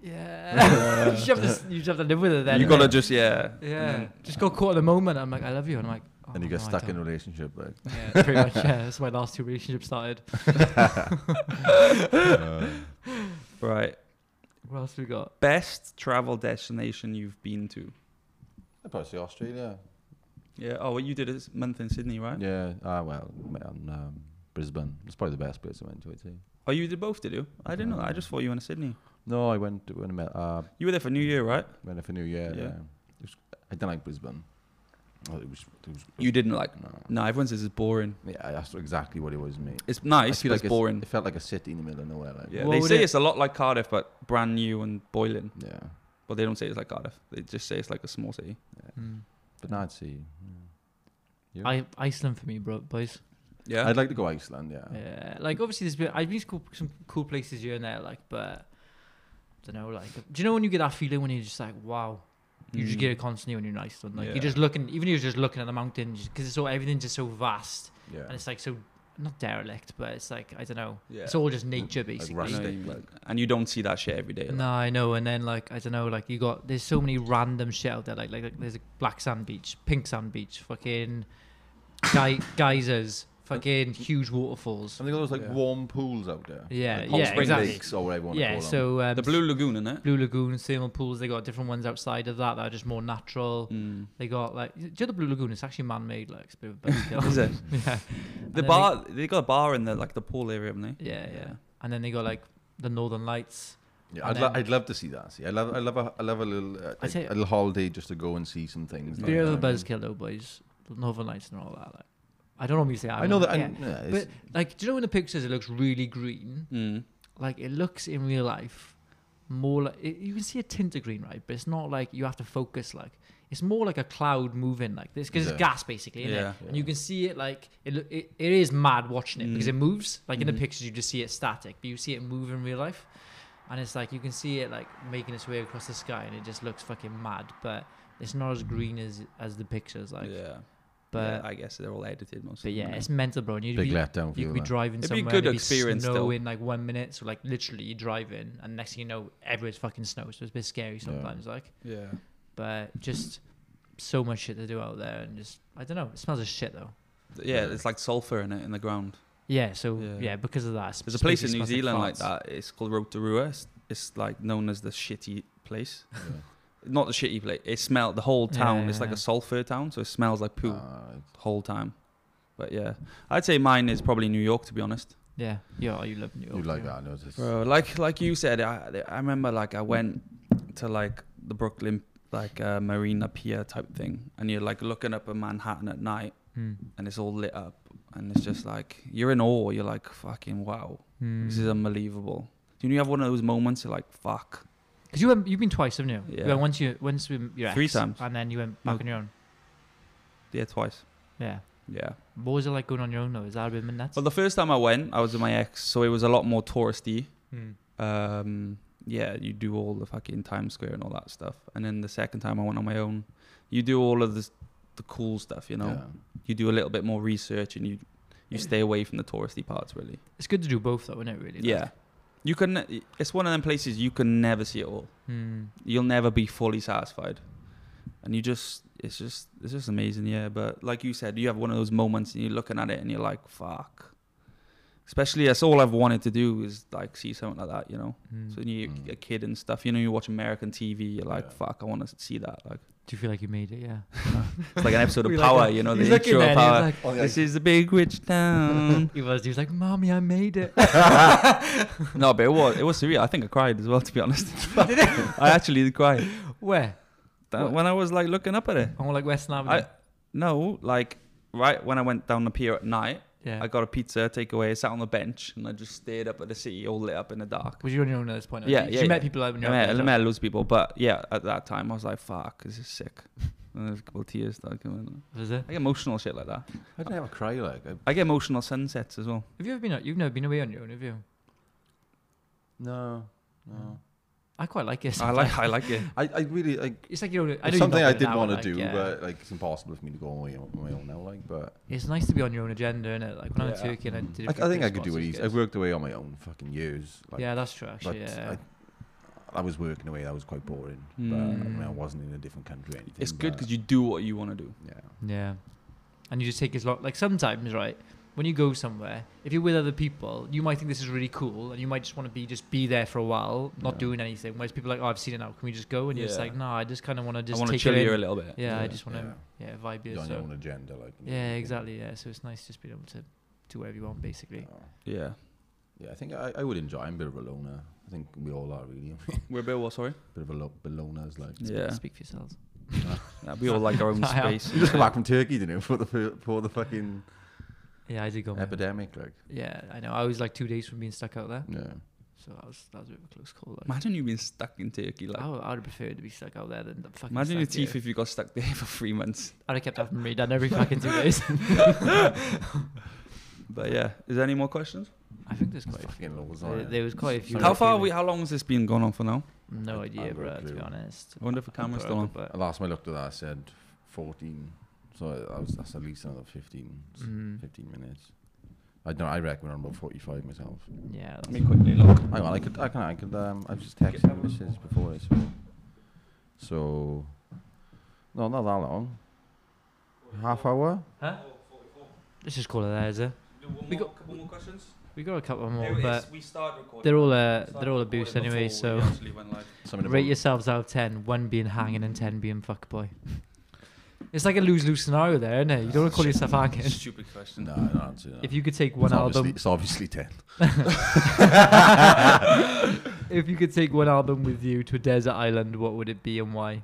C: yeah. you, just have to, s- you just have to live with it then.
A: you gotta just yeah.
C: Yeah, just got caught in the moment. I'm like, I love you, and I'm like, oh,
B: and you get
C: no, I
B: stuck in a
C: don't.
B: relationship. Like,
C: Yeah, pretty much. Yeah, that's why my last two relationships started.
A: Right.
C: What else we got?
A: Best travel destination you've been to?
B: I'd probably say Australia.
A: Yeah. Oh, well, you did a s- month in Sydney, right?
B: Yeah. Ah, well, man, um, Brisbane. It's probably the best place I went to. I'd say.
A: Oh, you did both, did you? I didn't know. that. I just thought you went to Sydney.
B: No, I went when I met uh,
A: You were there for New Year, right?
B: went there for New Year.
A: Yeah.
B: Yeah. It was, I didn't like Brisbane. Oh, It was, it was,
A: You didn't like.
B: No.
A: No, everyone says it's boring.
B: Yeah, that's exactly what it was, mate.
A: It's nice,
B: I
A: but
B: feel like
A: it's boring.
B: It felt like a city in the middle of nowhere. Like,
A: Yeah,
C: What
A: they
C: would
A: say
C: it-
A: it's a lot like Cardiff, but brand new and boiling.
B: Yeah.
A: But they don't say it's like Cardiff. They just say it's like a small city.
C: Mm.
B: But now I'd see. Yeah.
C: I Iceland for me, bro, boys.
A: Yeah.
B: I'd like to go Iceland. Yeah.
C: Yeah, like obviously there's been I've been to cool, some cool places here and there, like but I don't know, like do you know when you get that feeling when you're just like wow, you just
A: Mm.
C: get it constantly when you're in Iceland, like
A: Yeah.
C: you're just looking, even you're just looking at the mountains because it's all everything's just so vast
B: Yeah.
C: and it's like so not derelict, but it's like I don't know,
A: yeah.
C: it's all just nature
B: Like
C: basically.
A: I know what
B: rustic.
A: you mean.
B: Like,
A: and you don't see that shit every day. like.
C: No, I know, and then like I don't know, like you got there's so many random shit out there. Like like, like there's a black sand beach, pink sand beach, fucking guy geysers, fucking huge waterfalls.
B: and they got those like
A: Yeah.
B: warm pools out there.
C: Yeah,
B: Like, hot
A: yeah,
B: spring
A: exactly.
B: lakes or whatever you want to
C: Yeah,
B: call them.
C: so um,
A: The Blue Lagoon, isn't it?
C: Blue Lagoon, thermal pools. They got different ones outside of that that are just more natural.
A: Mm.
C: They got like, do you know the Blue Lagoon? It's actually man-made, like it's a bit of a buzzkill.
A: Is it?
C: Yeah. And
A: The
C: then
A: bar, they got a bar in the like the pool area, haven't they?
C: They, yeah, yeah. And then they got like the Northern Lights.
B: Yeah, I'd,
C: And
B: lo-
C: then-
B: I'd love to see that. See, I love, I love, a, I love a little, uh,
C: I
B: a,
C: tell you-
B: little holiday just to go and see some things. like
C: The other
B: that.
C: buzzkill though, boys, the Northern Lights and all that. Like, I don't normally say that.
B: I know that. I,
C: Yeah.
B: yeah, it's-
C: But like, do you know in the pictures it looks really green?
A: Mm.
C: Like it looks in real life more like it, you can see a tint of green, right? But it's not like you have to focus. Like it's more like a cloud moving like this because
B: Yeah.
C: it's gas basically, isn't
A: Yeah.
C: it? And you can see it like it, lo- it, it is mad watching it because
A: Mm.
C: it moves. Like in
A: Mhm.
C: the pictures, you just see it static, but you see it move in real life, and it's like you can see it like making its way across the sky, and it just looks fucking mad. But it's not as green as as the pictures, like.
A: yeah. yeah,
C: But
A: I guess they're all edited most.
C: but
A: of them, eh?
C: yeah, it's mental, bro. And you'd
B: big
C: be,
B: letdown for
C: you could be
B: that.
C: driving
A: It'd be a
C: somewhere.
A: good
C: it'd
A: experience,
C: Snow
A: though.
C: in like one minute, so like literally you drive in, and next thing you know, everywhere's fucking snow. So it's a bit scary sometimes, like.
A: yeah.
C: But just so much shit to do out there, and just I don't know. It smells of shit though.
A: Th- yeah, It's like sulfur in it in the ground.
C: Yeah. So
A: Yeah.
C: yeah, because of that, it's-
A: There's a place in
C: basically
A: New
C: smells
A: Zealand like
C: farts.
A: that. It's called Rotorua. It's, it's like known as the shitty place.
B: Yeah.
A: Not the shitty place. It smelled the whole town.
C: Yeah,
A: it's like
C: yeah.
A: a sulfur town, so it smells like poo
B: Uh,
A: the whole time. But yeah, I'd say mine is probably New York to be honest.
C: Yeah. Yeah. oh, You love New York.
B: you like
C: yeah.
B: that? I know it's-
A: Bro, like like you said, I I remember like I went to like the Brooklyn like uh, Marina Pier type thing, and you're like looking up at Manhattan at night,
C: Mm.
A: and it's all lit up, and it's just like you're in awe. You're like fucking wow, this
C: Mm. Hmm.
A: is unbelievable. Do you have one of those moments? You're like fuck.
C: Because you went, you've been twice, haven't you?
A: Yeah.
C: You went once you once with your
A: Three
C: ex,
A: times.
C: and then you went back
A: No.
C: on your own.
A: Yeah, twice.
C: Yeah.
A: Yeah.
C: What was it like going on your own though? Is that a bit nuts?
A: Well, the first time I went, I was with my ex, so it was a lot more touristy.
C: Mm.
A: um, yeah, you do all the fucking Times Square and all that stuff. And then the second time I went on my own, you do all of this, the cool stuff, you know. You do a little bit more research and you you stay away from the touristy parts, really.
C: It's good to do both though, isn't it? Really. like?
A: Yeah, you can. It's one of them places you can never see it all.
C: Mm.
A: You'll never be fully satisfied, and you just it's just it's just amazing, yeah. But like you said, you have one of those moments and you're looking at it and you're like, fuck. Especially that's all I've wanted to do is like see something like that, you know.
C: Mm.
A: So when you're
B: Mm.
A: a kid and stuff, you know, you watch American TV, you're like,
B: Yeah.
A: fuck, I want to see that. Like
C: Do you feel like you made it? Yeah.
A: it's like an episode of
C: We're
A: Power,
C: like,
A: you know,
C: he's
A: the
C: looking
A: intro
C: at
A: of
C: it, he's
A: Power. Mm.
C: like-
A: This is the big rich town.
C: He was. He was like, "Mommy, I made it."
A: no, but it was it was surreal. I think I cried as well, to be honest. I actually did cry
C: Where?
A: That-
C: What?
A: when I was like looking up at it.
C: I want like Western Avenue.
A: I no, like right when I went down the pier at night,
C: yeah.
A: I got a pizza takeaway, sat on the bench, and I just stared up at the city, all lit up in the dark.
C: was you on your own at this point?
A: Yeah,
C: You,
A: yeah,
C: you met
A: yeah.
C: people over
A: I
C: your
A: met, I met loads of people, but yeah, at that time I was like, "Fuck, this is sick." And there's a couple of tears started coming. out.
C: Was it?
A: I get emotional shit like that.
B: I don't have a cry like. I,
A: I get emotional at sunsets as well.
C: Have you ever been? out- You've never been away on your own, have you?
B: no, no.
C: I quite like it.
A: I like I like it.
B: I, I really like.
C: It's like you know. I know
B: It's
C: you're
B: something
C: not
B: I
C: doing
B: did
C: that
B: want
C: one,
B: to
C: like,
B: do,
C: yeah.
B: but like it's impossible for me to go on my own, my own now. Like, but
C: it's nice to be on your own agenda, isn't it? Like when I was
A: Yeah.
C: in Turkey and I did. a
B: I,
C: few
B: I think
C: big
B: I could do it
C: spots, was
B: easy.
C: good.
B: I've worked away on my own fucking years. Like,
C: yeah, that's true. Actually,
B: but
C: yeah.
B: I, I was working away. That was quite boring. But I, mean, I
C: Mm.
B: wasn't in a different country. Or anything,
A: It's good
B: but-
A: because you do what you want to do.
B: yeah.
C: Yeah. And you just take as long. Like sometimes, right? When you go somewhere, if you're with other people, you might think this is really cool, and you might just want to be just be there for a while, not
B: Yeah.
C: doing anything. Whereas people are like, oh, I've seen it now. Can we just go? And you're just
A: Yeah.
C: like, no, I just kind of want to
A: I
C: just
A: want to
C: take
A: chill
C: it in.
A: here a little bit.
C: yeah, I
B: Yeah.
C: just want to yeah. vibe
B: You're
C: here.
B: on your
C: So.
B: own agenda, like. and
C: Yeah,
B: everything.
C: exactly. Yeah, so it's nice just being able to do whatever you want, basically.
B: Yeah.
A: Yeah.
B: Yeah, I think I, I would enjoy. I'm a bit of a loner. I think we all are really. a
A: We're a bit what? Sorry.
B: bit of a lo- bit loners, like.
A: Yeah.
C: Speak for yourselves.
A: Nah, we all like our own
C: I am.
A: space.
B: You just come back from Turkey, didn't you? For the fir- for the fucking
C: Yeah, I did go. on my own.
B: epidemic, like.
C: Yeah, I know. I was like two days from being stuck out there,
B: Yeah.
C: so that was that was a bit of a close call. Like,
A: Imagine you being stuck in Turkey. Like,
C: I would, I would have preferred to be stuck out there than the fucking.
A: imagine your
C: stuck here.
A: teeth if you got stuck there for three months.
C: I'd have kept having redone every fucking two days.
A: But yeah, is there any more questions?
C: I think there's quite a few.
B: Fucking loads.
C: There, there was quite a few.
B: Sorry.
A: How
C: like,
A: far
C: you
A: we?
C: know,
A: How long has this been going on for now?
C: No
B: I-
C: idea,
B: I've got
C: bro.
B: a
C: To be
B: clue.
C: honest.
A: I wonder if the
C: I'm
A: camera's
C: broke,
A: still on.
C: but-
B: Last time I looked at that, I said 14. So that was, that's at least another 15, s-
C: Mm,
B: 15 minutes. I don't. I reckon we're on about 45 myself.
C: yeah.
A: Let
C: that's-
A: me quickly look.
B: Hang on, I could. I can. I could. Um, I just texted him this is before this. So, no, not that long. Half hour.
C: Let's just call it there, is it? We more-
A: couple more questions.
C: We got a couple more, but
A: we start recording.
C: they're all uh, they're all abuse anyway. So
B: Something
C: rate
B: about-
C: yourselves out of ten. One being hanging and ten being fuckboy. It's like a lose lose scenario there, isn't it? You don't want to call yourself hacking.
A: Stupid question.
B: No, no, it's, uh,
C: If you could take
B: it's
C: one
B: obviously-
C: album,
B: it's obviously ten.
C: if you could take one album with you to a desert island, what would it be and why?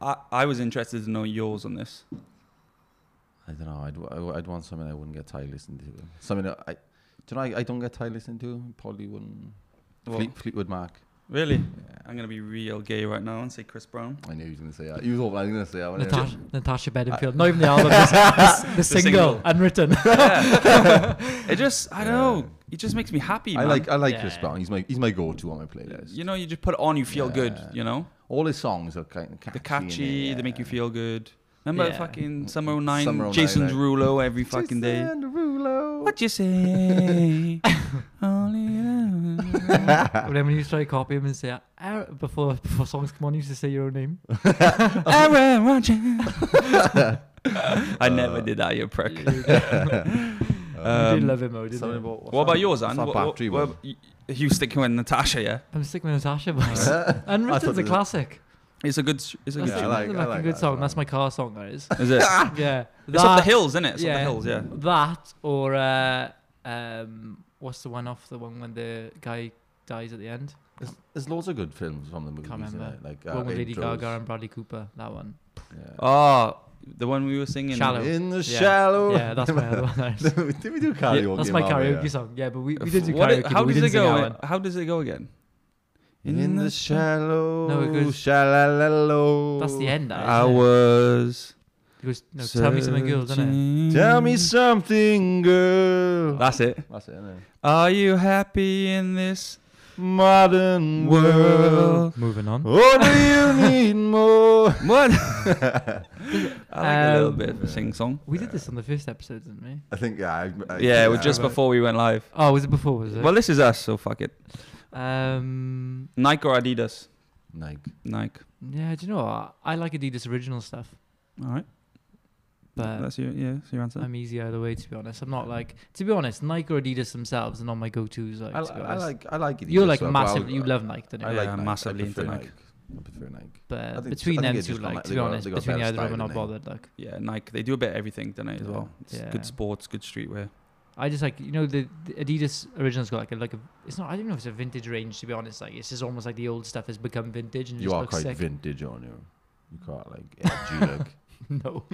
A: I, I was interested to know yours on this.
B: I don't know. I'd, w- I'd want something I wouldn't get tired listening to. Something that I, do you know? I, I don't get tired listening to. Probably wouldn't.
A: What?
B: Fleet, Fleetwood Mac.
A: Really?
B: Yeah.
A: I'm gonna be real gay right now and say Chris Brown.
B: I knew he was gonna say that. He was hoping I was gonna say that. wasn't I?
C: Natasha, Natasha
B: Uh,
C: Bedingfield. Not even the album, just the, the single,
A: single.
C: unwritten.
A: Yeah. it just I don't
B: Yeah.
A: know. It just makes me happy.
B: I
A: man.
B: like I like Chris
C: Yeah.
B: Brown. He's my he's my go-to on my playlist.
A: You know, you just put it on, you feel good.
B: Yeah.
A: You know,
B: All his songs are kind of catchy.
A: the catchy,
B: innit?
A: they make you
B: Yeah. Mm-hmm.
A: feel good. Remember
C: Yeah.
A: fucking Summer 09,
B: Summer 09,
A: Jason
B: like-
A: Derulo every fucking day.
B: Jason Derulo.
A: What you say? Only
C: And then when you try to copy him and say, "Ah," before before songs come on, you used to say your own name.
A: Aaron Rodgers. I never did that, you prick.
C: I did
A: Um,
C: love him, though, didn't
B: Something
C: you?
B: about, what's
A: what
B: that-
A: about yours,
B: what's
A: Anne?
B: that
A: What,
B: Battery
A: what-
B: one?
A: y- you sticking with Natasha, yeah?
C: I'm sticking with Natasha, boys.
B: I thought
C: Unwritten's
B: it
C: a
B: was-
C: classic.
A: It's a good, s- it's a
C: That's
A: good
B: Yeah,
C: like,
B: I
A: tune.
B: like- I
C: that's like a
B: like
C: good
B: that
C: song.
B: song. Ah!
C: That's my car song, that is.
A: Is it?
C: yeah.
A: It's up the
C: That-
A: hills, isn't it? It's up the hills, yeah.
C: That or uh, um, what's the one off the one when the guy dies at the end?
B: There's, there's loads of good films from the movies.
C: Can't
B: isn't
C: remember.
B: it? Like
C: one with Lady
B: Intros.
C: Gaga and Bradley Cooper. That one.
B: Yeah.
A: Oh, the one we were singing.
C: Shallow.
B: In the
C: Yeah.
B: shallow.
C: Yeah, that's my other one. that is.
B: Did we do karaoke?
C: that's my
B: Mama?
C: karaoke
B: Yeah.
C: song. Yeah, but we, we did do
A: What
C: karaoke.
A: it- how
C: but we
A: does
C: didn't
A: it
C: sing
A: go?
C: that one.
A: How does it go again?
B: In the
A: sh-
B: shallow.
C: No, it goes-
B: Shallow.
C: That's the end, that,
A: I
C: isn't it?
A: was.
C: It goes, no, tell me something, girl, doesn't it?
A: searching-
B: Tell me something, girl.
A: That's it.
B: That's it, isn't it?
A: Are you happy in this
B: Modern world.
A: world?
C: Moving on.
B: Oh, do you need more?
A: What? I like a little
C: Um,
A: bit of a sing song.
C: We did this on the first episode, didn't we?
B: I think, Uh, yeah. I, I,
A: Yeah, it was
C: yeah,
A: just
C: but-
A: before we went live.
C: Oh, was it before? Was it?
A: Well, this is us, so fuck it.
C: um,
A: Nike or Adidas?
B: Like,
A: Nike.
C: yeah. Do you know what? I like Adidas original stuff,
A: All right.
C: but
A: that's your yeah, that's your answer.
C: I'm easy either way. To be honest, I'm not like to be honest. Nike or Adidas themselves are not my go-to's. Like,
B: I,
C: to be
B: li- I
C: honest.
B: like, I like it.
C: You're
B: either,
C: like
B: so I-
C: massive.
B: I-
C: you love Nike, don't you?
B: I
A: Yeah,
B: like
A: I'm
B: Nike.
A: massively
B: I prefer
A: into
B: Nike. I prefer Nike. I
C: But
B: think-
C: between
B: I think
C: them
B: it's
C: two,
B: just
C: like
B: got-
C: to
B: they
C: be
B: got-
C: honest,
B: they got
C: between the
B: better
C: either of them, I'm
B: style,
C: not
B: didn't
C: bothered. Like,
A: yeah, Nike. They do a bit of everything, don't they? As well. It's
C: Yeah.
A: good sports, good streetwear.
C: I just like you know the, the Adidas originals got like a like a. It's not. I don't know if it's a vintage range. To be honest, like it's just almost like the old stuff has become vintage and it
B: You
C: just
B: are
C: looks
B: quite
C: sick.
B: vintage on you. You quite like edgy look.
C: No.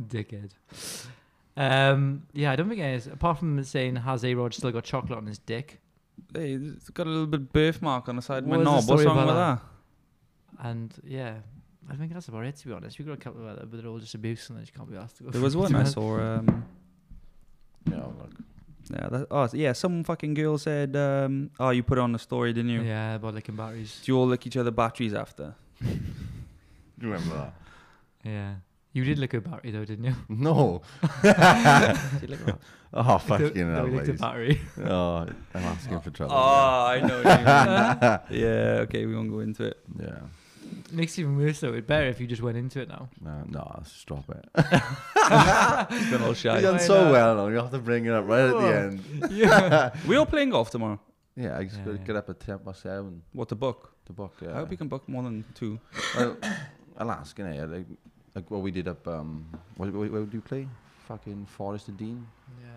C: Dickhead. Um, yeah, I don't think it is. Apart from saying, has A Rod still got chocolate on his dick?
A: Hey, it's got a little bit birthmark on the side of my
C: What is the
A: knob. What's
C: story
A: wrong
C: about
A: with
C: that?
A: that?
C: And yeah, I think that's about it, to be honest. We've got a couple of other, but they're all just abuse and they just can't be asked to go.
A: There was
C: through,
A: one
C: to
A: I
C: be
A: saw. Um,
B: you know, like,
A: yeah, that, oh yeah, some fucking girl said, um, "Oh, you put it on the story, didn't you?
C: honest. Yeah, about licking batteries.
A: Do you all lick each other batteries after?"
B: do you remember that?
C: Yeah. You did lick a battery though, didn't you?
B: No. oh, fucking
C: No,
B: hell,
C: we licked a
B: ladies.
C: battery.
B: Oh, I'm asking for trouble.
A: Oh, I know. What you mean. yeah. Okay, we won't go into it.
B: yeah. yeah.
C: Makes it even worse though. It'd better if you just went into it now.
B: No, no, stop it.
A: It's been all
B: You've
A: shy.
B: done so well, though. You have to bring it up right at the end.
C: Yeah.
A: we all playing golf tomorrow.
B: Yeah, I just
C: Yeah,
B: gotta
C: yeah.
B: get up at 10 past 7
A: What to book?
B: to book.
A: I
B: Yeah.
A: hope you can book more than two.
B: well, I'll ask, innit? Like, like what we did up, um, where, where, where did you play? Fucking Forest and Dean.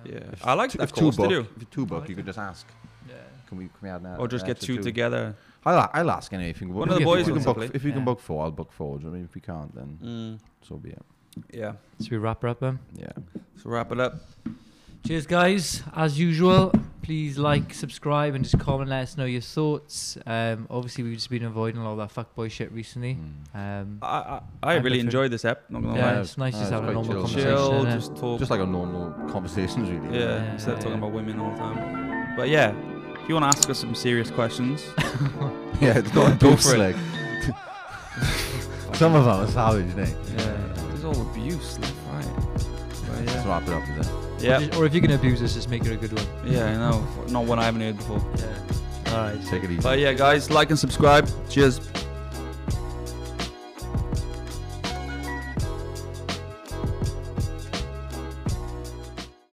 A: Yeah,
B: If
A: I like
B: Two-
A: that
B: if two
A: course to
B: book, Uh,
A: do. Oh,
B: If you two book,
C: like
B: you could just ask.
C: Yeah.
B: Can we, can we add an
A: Or just
B: an
A: get
B: extra
A: two together.
B: I'll, I'll ask anyway. If you can book,
A: One
C: of the
B: if
C: boys
B: you can
C: wants
A: to
B: book,
A: play.
B: if you can
C: Yeah.
B: book four, I'll book four. Do you know what I mean, if you can't, then
C: Mm.
B: so be it.
A: Yeah.
C: Should we wrap her up then?
B: Yeah.
A: So wrap it up.
C: Cheers, guys. As usual, please like, subscribe, and just comment. Let us know your thoughts. Um, obviously, we've just been avoiding all that fuckboy shit recently.
B: Mm.
C: Um,
A: I I, I
C: I
A: really
C: prefer-
A: enjoyed this app. Not gonna
C: yeah,
B: right.
C: it's nice
B: Ah, it's
C: just having a
B: quite
C: normal
A: lie.
B: chill.
C: conversation.
A: Chill,
C: innit?
A: just talk.
B: Just like a normal conversations, really.
A: yeah,
C: Yeah,
A: instead of
C: yeah,
A: talking
C: yeah.
A: about women all the time. But yeah, if you want to ask us some serious questions,
B: Yeah, it's not
A: Go
B: go
A: for it.
B: slick. Some of them are savage, innit?
C: Yeah.
A: there's all abuse left, right? But
B: Let's
A: yeah.
B: wrap it up with that.
C: Or,
A: Yeah,
C: just- or if you're gonna abuse us, just make it a good one.
A: yeah, I know. Not one I haven't heard before.
C: Yeah. All right.
B: Take it easy.
A: But yeah, guys, like and subscribe. Cheers.